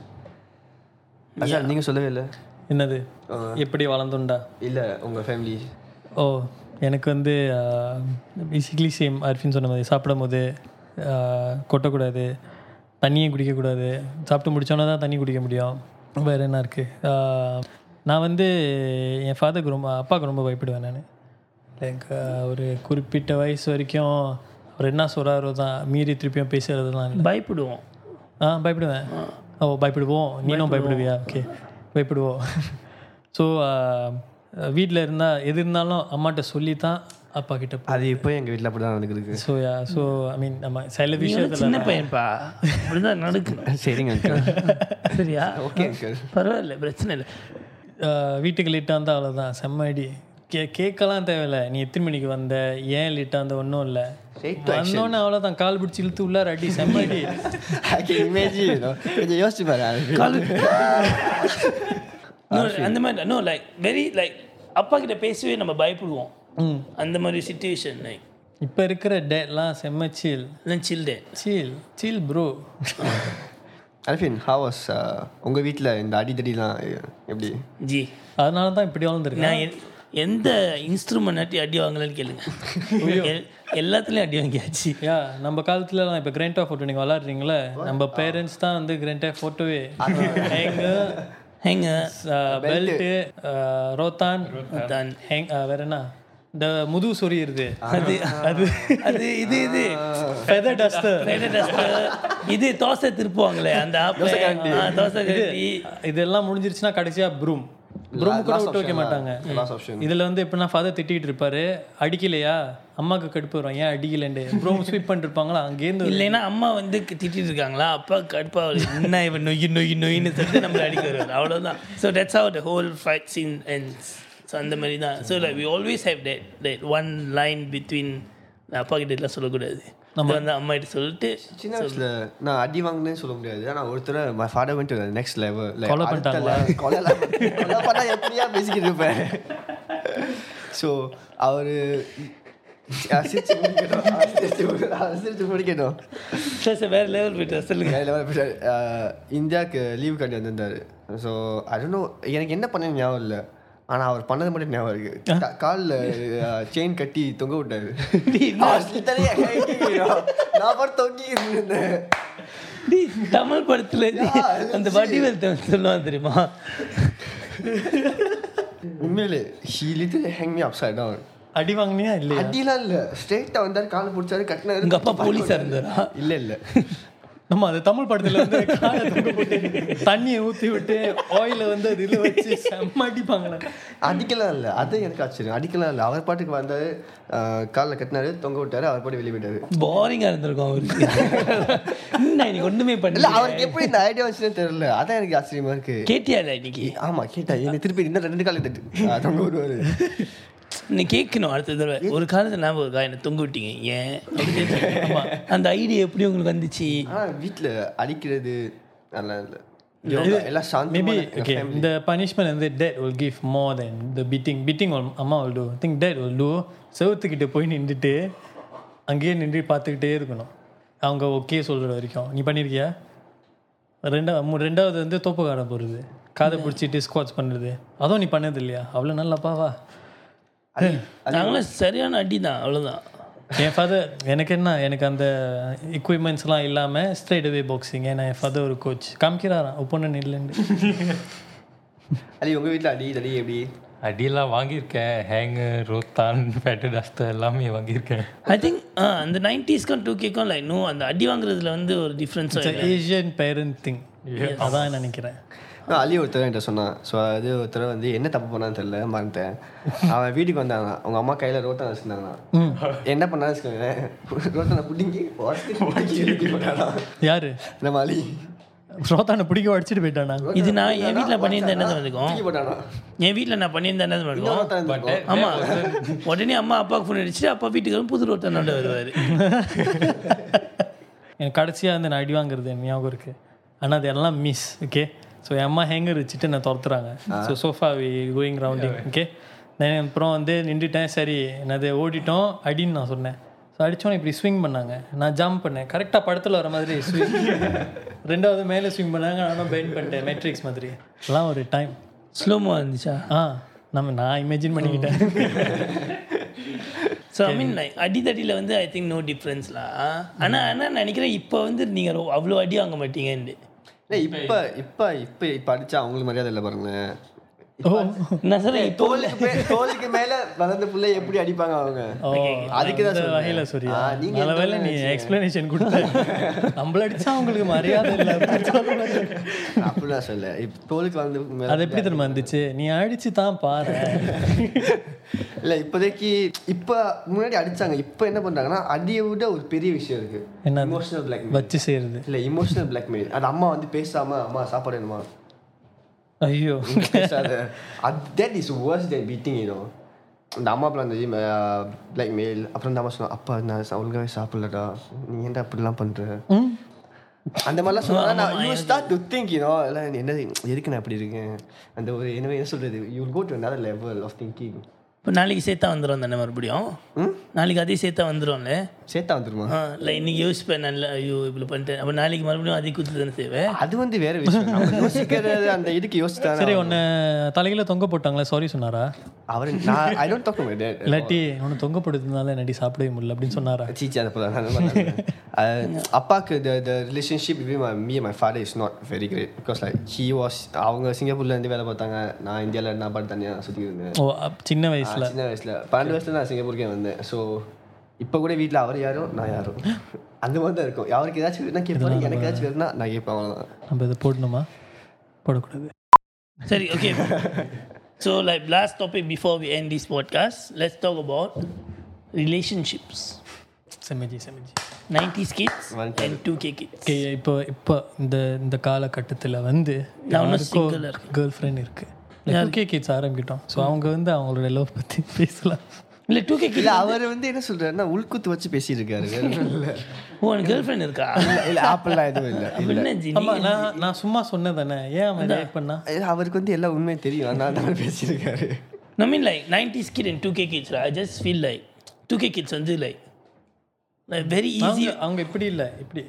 Speaker 5: அதான் நீங்கள் சொல்லவே இல்லை
Speaker 2: என்னது எப்படி வளர்ந்துண்டா
Speaker 5: இல்லை உங்கள் ஃபேமிலி
Speaker 2: ஓ எனக்கு வந்து பேசிக்லி சேம் அர்ஃபின் சொன்ன மாதிரி சாப்பிடும் போது ஆஹ், கொட்டக்கூடாது தண்ணியே குடிக்கக்கூடாது சாப்பிட்டு முடிச்சோன்னா தான் தண்ணி குடிக்க முடியும் வேறு என்ன இருக்குது நான் வந்து என் ஃபாதருக்கு ரொம்ப அப்பாவுக்கு ரொம்ப பயப்படுவேன் நான் லைக் ஒரு குறிப்பிட்ட வயசு வரைக்கும் அவர் என்ன சொல்கிறாரோ தான் மீறி திருப்பியும் பேசுகிறதுலாம்
Speaker 3: பயப்படுவோம்
Speaker 2: ஆ பயப்படுவேன் ஓ பயப்படுவோம் நீனும் பயப்படுவியா ஓகே பயப்படுவோம் ஸோ வீட்டில் இருந்தால் எது இருந்தாலும் அம்மாட்ட சொல்லி தான் அப்பா கிட்ட
Speaker 5: அது இப்போ எங்கள் வீட்டில் அப்படி தான் நடந்துருக்கு
Speaker 2: so yeah so I mean நம்ம சில விஷயத்தில்
Speaker 3: சின்ன பையன்பா அப்படிதான் நடக்கு
Speaker 5: சரிங்க அங்கிள்
Speaker 3: சரியா
Speaker 5: ஓகே அங்கிள்
Speaker 3: பரவாயில்ல பிரச்சனை இல்லை
Speaker 2: வீட்டுக்கு லேட்டாக இருந்தால் அவ்வளோதான் செம்ம அடி கே கேட்கலாம் தேவையில்லை நீ எத்தனை மணிக்கு வந்த ஏன் லேட்டாக இருந்த ஒன்றும் இல்லை
Speaker 5: Straight
Speaker 2: வந்தோன்னே அவ்வளோதான் கால் பிடிச்சி இழுத்து உள்ளார அடி செம்ம அடி
Speaker 5: ஐ கேன் இமேஜின் கொஞ்சம் யோசிச்சு பாரு அங்கிள்.
Speaker 3: No, அந்த மாதிரி நோ லைக் வெரி லைக் அப்பா கிட்ட பேசவே நம்ம பயப்படுவோம் அந்த மாதிரி சுச்சுவேஷன் லைக்
Speaker 2: இப்போ இருக்கிற டேட்லாம் செம்ம சீல்
Speaker 3: சில்டே
Speaker 2: சீல் சீல் ப்ரோ
Speaker 5: அல்ஃபின் ஹவ் வாஸ் உங்கள் வீட்டில் uh, இந்த அடிதடிலாம் எப்படி
Speaker 3: ஜி
Speaker 2: அதனால தான் இப்படி வளர்ந்துருக்கேன்
Speaker 3: நான் எ- எந்த இன்ஸ்ட்ருமெண்ட் அடி அடி வாங்கலன்னு கேளுங்க எல்- எல்லாத்துலயும் அடி வாங்கியாச்சு
Speaker 2: யா நம்ம காலத்துலலாம் இப்போ கிராண்ட் ஆஃப் ஃபோட்டோ நீங்கள் விளாட்றீங்களே நம்ம பேரண்ட்ஸ் தான் வந்து கிராண்ட் ஆஃப் ஃபோட்டோவே ஹேங்கு
Speaker 3: ஏங்க
Speaker 2: uh, பெல்ட்டு uh, ரோத்தான்
Speaker 3: தான்
Speaker 2: ஹேங் ஆ, uh, வேற என்ன இந்த முது சொரியிருது
Speaker 3: அது அது அது இது இது
Speaker 2: ஃபெதர் டஸ்டர்
Speaker 3: Feather duster. இது தோசை திருப்புவாங்களே அந்த ஆப்பை. ஆ, தோசை கரண்டி
Speaker 2: இதெல்லாம் முடிஞ்சிருச்சுன்னா கடைசியாக ப்ரூம் ப்ரூம் கூட விட்டு வைக்க மாட்டாங்க
Speaker 5: லாஸ்ட் ஆப்ஷன்
Speaker 2: இதில் வந்து எப்படின்னா ஃபாதர் திட்டிகிட்டு இருப்பாரு அடிக்கலையா அம்மாவுக்கு கடுப்பு வரும் ஏன் அடிக்கலண்டு ப்ரூம் ஸ்வீப் பண்ணிருப்பாங்களா அங்கேருந்து ஒரு-
Speaker 3: இல்லைன்னா அம்மா வந்து திட்டிட்டு இருக்காங்களா அப்பா கடுப்பா வருது. என்ன இவன் நொய் நொய் நொய்ன்னு சொல்லிட்டு நம்மளை அடிக்க வருவார் அவ்வளோதான் so that's how the whole fight scene ends so அந்த மாதிரி தான் so like we always have that that one line between அப்பா கிட்ட எல்லாம் சொல்லக்கூடாது நம்ம வந்து அம்மா கிட்ட சொல்லிட்டு
Speaker 5: சின்ன வயசுல நான் அடி வாங்கினேன்னு சொல்ல முடியாது ஆனால் ஒருத்தர் my father went to the next level like
Speaker 2: கொலை
Speaker 5: அடுத்த
Speaker 2: பண்ணிட்டாங்களா?
Speaker 5: level. கொலைலாம் பண்ண- கொலை பண்ணா எப்படியா பேசிக்கிட்டு இருப்பேன் ஸோ அவர் சிரிச்சு முடிக்கணும் அவர் சிரிச்சு முடிக்கணும், அவர் சிரிச்சு முடிக்கணும்
Speaker 3: சரி சார் வேற லெவல் போயிட்டு சொல்லுங்க
Speaker 5: வேற level pressure. அஹ், இந்தியாவுக்கு லீவ் கட்டி வந்திருந்தாரு ஸோ அதுன்னு எனக்கு என்ன பண்ண ஞாபகம் இல்லை ஆனால் அவர் பண்ணது மட்டும் ஞாபகம் இருக்கு கா- கால்ல செயின் கட்டி தொங்க விட்டாரு அவர் literally என் கை கீழே. நான் பாட்டு தொங்கி இருந்தேன்
Speaker 3: டேய், தமிழ் படத்துல
Speaker 5: யா, இல்ல,
Speaker 3: அந்த
Speaker 5: சரி.
Speaker 3: வடிவேல் தமிழ் சொல்லுவான் தெரியுமா
Speaker 5: உண்மையிலே he literally hang me upside down
Speaker 2: அடி வாங்கினியா இல்லையா
Speaker 5: அடிலாம் இல்ல ஸ்ட்ரெயிட்டா வந்தாரு கால் பிடிச்சாரு கட்டினாரு
Speaker 3: உங்க அப்பா போலீஸா இருந்தாரா
Speaker 5: இல்ல இல்ல
Speaker 2: நம்ம அது தமிழ் படத்துல வந்து காலை தூக்கி போட்டு தண்ணியை ஊத்தி விட்டு ஆயில வந்து அது இதுல வச்சு செம்ம அடிப்பாங்களே
Speaker 5: அடிக்கலாம் இல்ல அது எனக்கு ஆச்சரியம் அடிக்கலாம் இல்ல அவர் பாட்டுக்கு வந்தாரு அஹ், கால்ல கட்டினாரு தொங்க விட்டாரு அவர் பாட்டு வெளியே போயிட்டாரு
Speaker 3: போரிங்கா இருந்திருக்கும் அவருக்கு என்ன இன்னைக்கு ஒண்ணுமே
Speaker 5: இல்ல
Speaker 3: பண்ணல
Speaker 5: அவருக்கு எப்படி இந்த ஐடியா வச்சுன்னு தெரியல அதான் எனக்கு ஆச்சரியமா இருக்கு
Speaker 3: கேட்டியா இல்ல இன்னைக்கு
Speaker 5: ஆமா கேட்டா என்ன திருப்பி இன்னும் ரெண்டு காலை தட்டு அஹ், தொங்க விடுவாரு
Speaker 3: நீ கேட்கணும் அடுத்த தடவை ஒரு காலத்துல ஞாபகம் இருக்கா என்னை தொங்க விட்டீங்க ஏன் அப்படி கேட்டேன். ஆமா. அந்த ஐடியா எப்படி உங்களுக்கு வந்துச்சு
Speaker 5: ஆனா வீட்டுல அடிக்கிறது நல்லா இல்ல யோகா, எல்லாம்
Speaker 2: மேபி ஓகே
Speaker 5: சாந்தி
Speaker 2: இந்த பனிஷ்மெண்ட் வந்து dad will give more then the beating beating அம்மா will do think dad will do செவத்துக்கிட்ட போய் நின்றுட்டு அங்கேயே நின்று பார்த்துக்கிட்டே இருக்கணும் அவங்க ஓகே சொல்கிற வரைக்கும் நீ பண்ணியிருக்கியா ரெண்டாவது மூ ரெண்டாவது வந்து தோப்புக்கார போடுறது காதை பிடிச்சிட்டு ஸ்குவாட்ச் பண்ணுறது அதுவும் நீ பண்ணது இல்லையா அவ்வளோ நல்லாப்பாவா
Speaker 3: நாங்களும் சரியான அடி தான் அவ்வளவுதான்
Speaker 2: என் ஃபாதர் எனக்கு என்ன எனக்கு அந்த எக்யூப்மெண்ட்ஸ்லாம் இல்லாமல் ஸ்ட்ரைட் அவே பாக்ஸிங் ஏன்னா என் ஃபாதர் ஒரு கோச் காமிக்கிறாராம் ஒப்போனன் இல்லைன்னு
Speaker 5: அடி உங்க வீட்ல அடி தடி எப்படி
Speaker 4: அடியெல்லாம் வாங்கியிருக்கேன் ஹேங்கர் ரோத்தான் ஃபேட்டு டஸ்டர் எல்லாமே வாங்கியிருக்கேன்
Speaker 3: ஐ திங்க் அந்த நைன்டிஸ்க்கும் டூ கேக்கும் லைக் நோ அந்த அடி வாங்குறதுல வந்து ஒரு
Speaker 2: It's
Speaker 3: டிஃப்ரென்ஸாக
Speaker 2: an Asian parent thing. அதான் நினைக்கிறேன்
Speaker 5: நான் அலி ஒருத்தர் என்கிட்ட சொன்னான் ஸோ அது ஒருத்தர் வந்து என்ன தப்பு பண்ணான்னு தெரியல மறந்துட்டேன் அவன் வீட்டுக்கு வந்தானா அவங்க அம்மா கையில் ரோட்டான் வச்சுருந்தானா என்ன பண்ணான்னு வச்சுக்கோங்களேன் ரோட்டானை பிடிங்கி உடச்சி பிடிங்கி இழுத்து போட்டானா.
Speaker 2: யாரு
Speaker 5: நம்ம அலி
Speaker 2: ரோத்தான பிடிக்க அடிச்சிட்டு போயிட்டானா
Speaker 3: இது நான் என் வீட்டில் பண்ணியிருந்தேன் என்ன வந்துக்கும்
Speaker 5: தூக்கி போட்டானா
Speaker 3: என் வீட்டில் நான் பண்ணியிருந்தேன் என்ன
Speaker 5: இன்னும்
Speaker 3: பண்ணிருக்கோம்
Speaker 5: ரோட்டான் இருந்திருக்கும்.
Speaker 3: ஆமா உடனே அம்மா அப்பாவுக்கு ஃபோன் அடிச்சுட்டு அப்பா வீட்டுக்கு வந்து புது ரோட்டை நட வருவார்
Speaker 2: எனக்கு கடைசியாக வந்து நான் அடி வாங்குறது எனக்கு ஞாபகம் இருக்கு ஆனால் அது எல்லாம் மிஸ் ஓகே ஸோ என் அம்மா ஹேங்கர் வச்சுட்டு நான் துரத்துறாங்க so sofa going rounding okay நான் அப்புறம் வந்து நின்றுட்டேன் சரி என்னது ஓடிட்டோம் அடின்னு நான் சொன்னேன் ஸோ அடித்தோன்னே இப்படி ஸ்விங் பண்ணாங்க நான் ஜம்ப் பண்ணேன் கரெக்டாக படத்தில் வர மாதிரி ஸ்விங் ரெண்டாவது மேலே ஸ்விங் பண்ணாங்க நானும் பெயிண்ட் பண்ணிட்டேன் மெட்ரிக்ஸ் மாதிரி எல்லாம் ஒரு டைம்
Speaker 3: ஸ்லோமோ இருந்துச்சா
Speaker 2: ஆ நம்ம நான் இமேஜின் பண்ணிக்கிட்டேன்
Speaker 3: ஸோ ஐ மீன் அடித்தடியில் வந்து ஐ திங்க் நோ டிஃப்ரென்ஸ்லாம் ஆனால் ஆனால் நினைக்கிறேன் இப்போ வந்து நீங்கள் அவ்வளோ அடி வாங்க மாட்டீங்கன்னு
Speaker 5: இல்லை இப்போ இப்போ இப்போ இப்போ அடிச்சா அவங்களுக்கு மரியாதை இல்லை பாருங்களேன்
Speaker 3: நான் சொல்றேன் இப்போ
Speaker 5: தோலுக்கு மே- தோலுக்கு மேல வளர்ந்த புள்ள எப்படி அடிப்பாங்க அவங்க
Speaker 2: ஓ
Speaker 5: அதுக்கு தான்
Speaker 2: அந்த
Speaker 5: சொல்றேன்.
Speaker 2: வகையில சரியா
Speaker 5: ஆ, நீங்க
Speaker 2: நல்ல
Speaker 5: எந்த
Speaker 2: வேளை நீ
Speaker 5: நினைச்சீங்க?
Speaker 2: எக்ஸ்பிளனேஷன் கொடுத்த நம்மள அடிச்சா அவங்களுக்கு மரியாதை இல்லை அப்படின்னு சொல்றாங்க.
Speaker 5: அப்படிலாம் சொல்ல இப்ப தோலுக்கு வளர்ந்ததுக்கு மேல
Speaker 2: அது எப்படி தெரியுமா வந்துச்சு நீ அடிச்சு தான் பாரு
Speaker 5: இல்ல இப்போதைக்கு இப்ப முன்னாடி அடிச்சாங்க இப்ப என்ன பண்றாங்கன்னா அடியை விட ஒரு பெரிய விஷயம் இருக்கு
Speaker 2: என்னது?
Speaker 5: இமோஷனல் பிளாக்மெயில்
Speaker 2: வச்சு செய்யறது
Speaker 5: இல்ல இமோஷனல் பிளாக்மெயில் அது அம்மா வந்து பேசாம அம்மா சாப்பாடு வேணுமா
Speaker 2: ஐயோ
Speaker 5: பேசாத அது that is worse than beating you know இந்த அம்மா அப்பலாம் அந்த பிளாக் மெயில் அப்புறம் இந்த அம்மா சொன்னா அப்பா நான் சா- ஒழுங்காவே சாப்பிடலடா நீ ஏன்டா அப்படிலாம் பண்ற அந்த மாதிரிலாம் சொன்னா நான் you start to think you know என்ன எதுக்கு நான் அப்படி இருக்கேன் அந்த ஒரு என்ன என்ன சொல்றது you go to another level of thinking
Speaker 3: இப்போ நாளைக்கு சேர்த்தா வந்துடும் தானே மறுபடியும் நாளைக்கு அதே சேர்த்தா வந்துடும்ல
Speaker 5: சேத்தா வந்துருமா
Speaker 3: இல்லை இன்னைக்கு யோசிப்பேன் நல்ல ஐயோ இப்படி பண்ணிட்டேன் அப்போ நாளைக்கு மறுபடியும் அதே குத்து தானே செய்வேன்
Speaker 5: அது வந்து வேற விஷயம் நம்ம யோசிக்கிறது அந்த இதுக்கு யோசிச்சானே
Speaker 2: சரி ஒன்னு தலையில தொங்க போட்டாங்களா சாரி சொன்னாரா
Speaker 5: அவர் நான் I don't talk about that
Speaker 2: இல்லாட்டி உன்னை தொங்க போட்டதுனால என்னடி சாப்பிடவே முடியல அப்படின்னு சொன்னாரா
Speaker 5: Cici ada pula nama Apak the the relationship between my, me and my father is not very great because like he was அவங்க சிங்கப்பூர்ல இருந்து வேலை பார்த்தாங்க நான் இந்தியால நான் பாட்டு தனியா சுத்தி இருந்தேன்
Speaker 2: ஓ அப்- சின்ன
Speaker 5: ஆ,
Speaker 2: வயசுல
Speaker 5: சின்ன வயசுல பன்னெண்டு வயசுல நான் சிங்கப்பூருக்கே வந்தேன் ஸோ இப்போ கூட வீட்டில் அவர் யாரும் நான் யாரும் அந்த மாதிரி தான் இருக்கும் அவருக்கு ஏதாச்சும் வேணும்னா கேட்பாரு எனக்கு ஏதாச்சும் வேணும்னா நான் கேட்பேன் அவ்வளோதான்
Speaker 2: நம்ம இதை போடணுமா போடக்கூடாது
Speaker 3: சரி okay so like last topic before we end this podcast let's talk about relationships
Speaker 2: செமஜி செமஜி
Speaker 3: nineties kids and two K kids
Speaker 2: okay இப்போ இப்போ இந்த இந்த காலகட்டத்தில் வந்து
Speaker 3: நான் இன்னும் single ஆ இருக்கேன்.
Speaker 2: கேர்ள் ஃப்ரெண்ட் இருக்கு ஓகே கிட்ஸ் ஆரம்பிக்கிட்டோம் ஸோ அவங்க வந்து அவங்களோட லவ் பற்றி பேசலாம்
Speaker 3: இல்லை டூ கே கிட்
Speaker 5: இல்ல அவர் வந்து என்ன சொல்றாருன்னா உள்குத்து வச்சு பேசிட்டு இருக்காரு வேற ஒண்ணும் இல்ல
Speaker 3: உன் கேர்ள் ஃப்ரெண்ட் இருக்கா
Speaker 5: இல்ல, இல்ல ஆப்பிள்லாம் எதுவும் இல்ல இல்ல
Speaker 3: என்ன ஜி
Speaker 2: ஆமா நான் நான் சும்மா சொன்னேன் தானே ஏன் அவன் ரியாக்ட் பண்ணா
Speaker 5: இல்ல, Eh, அவருக்கு வந்து எல்லா உண்மையும் தெரியும் அதனால தான் பேசியிருக்காரு
Speaker 3: No, I mean like 90s kid and 2K kids, right? I just feel like 2K kids வந்து like like very easy.
Speaker 2: அவங்க அவங்க இப்படி இல்லை இப்படி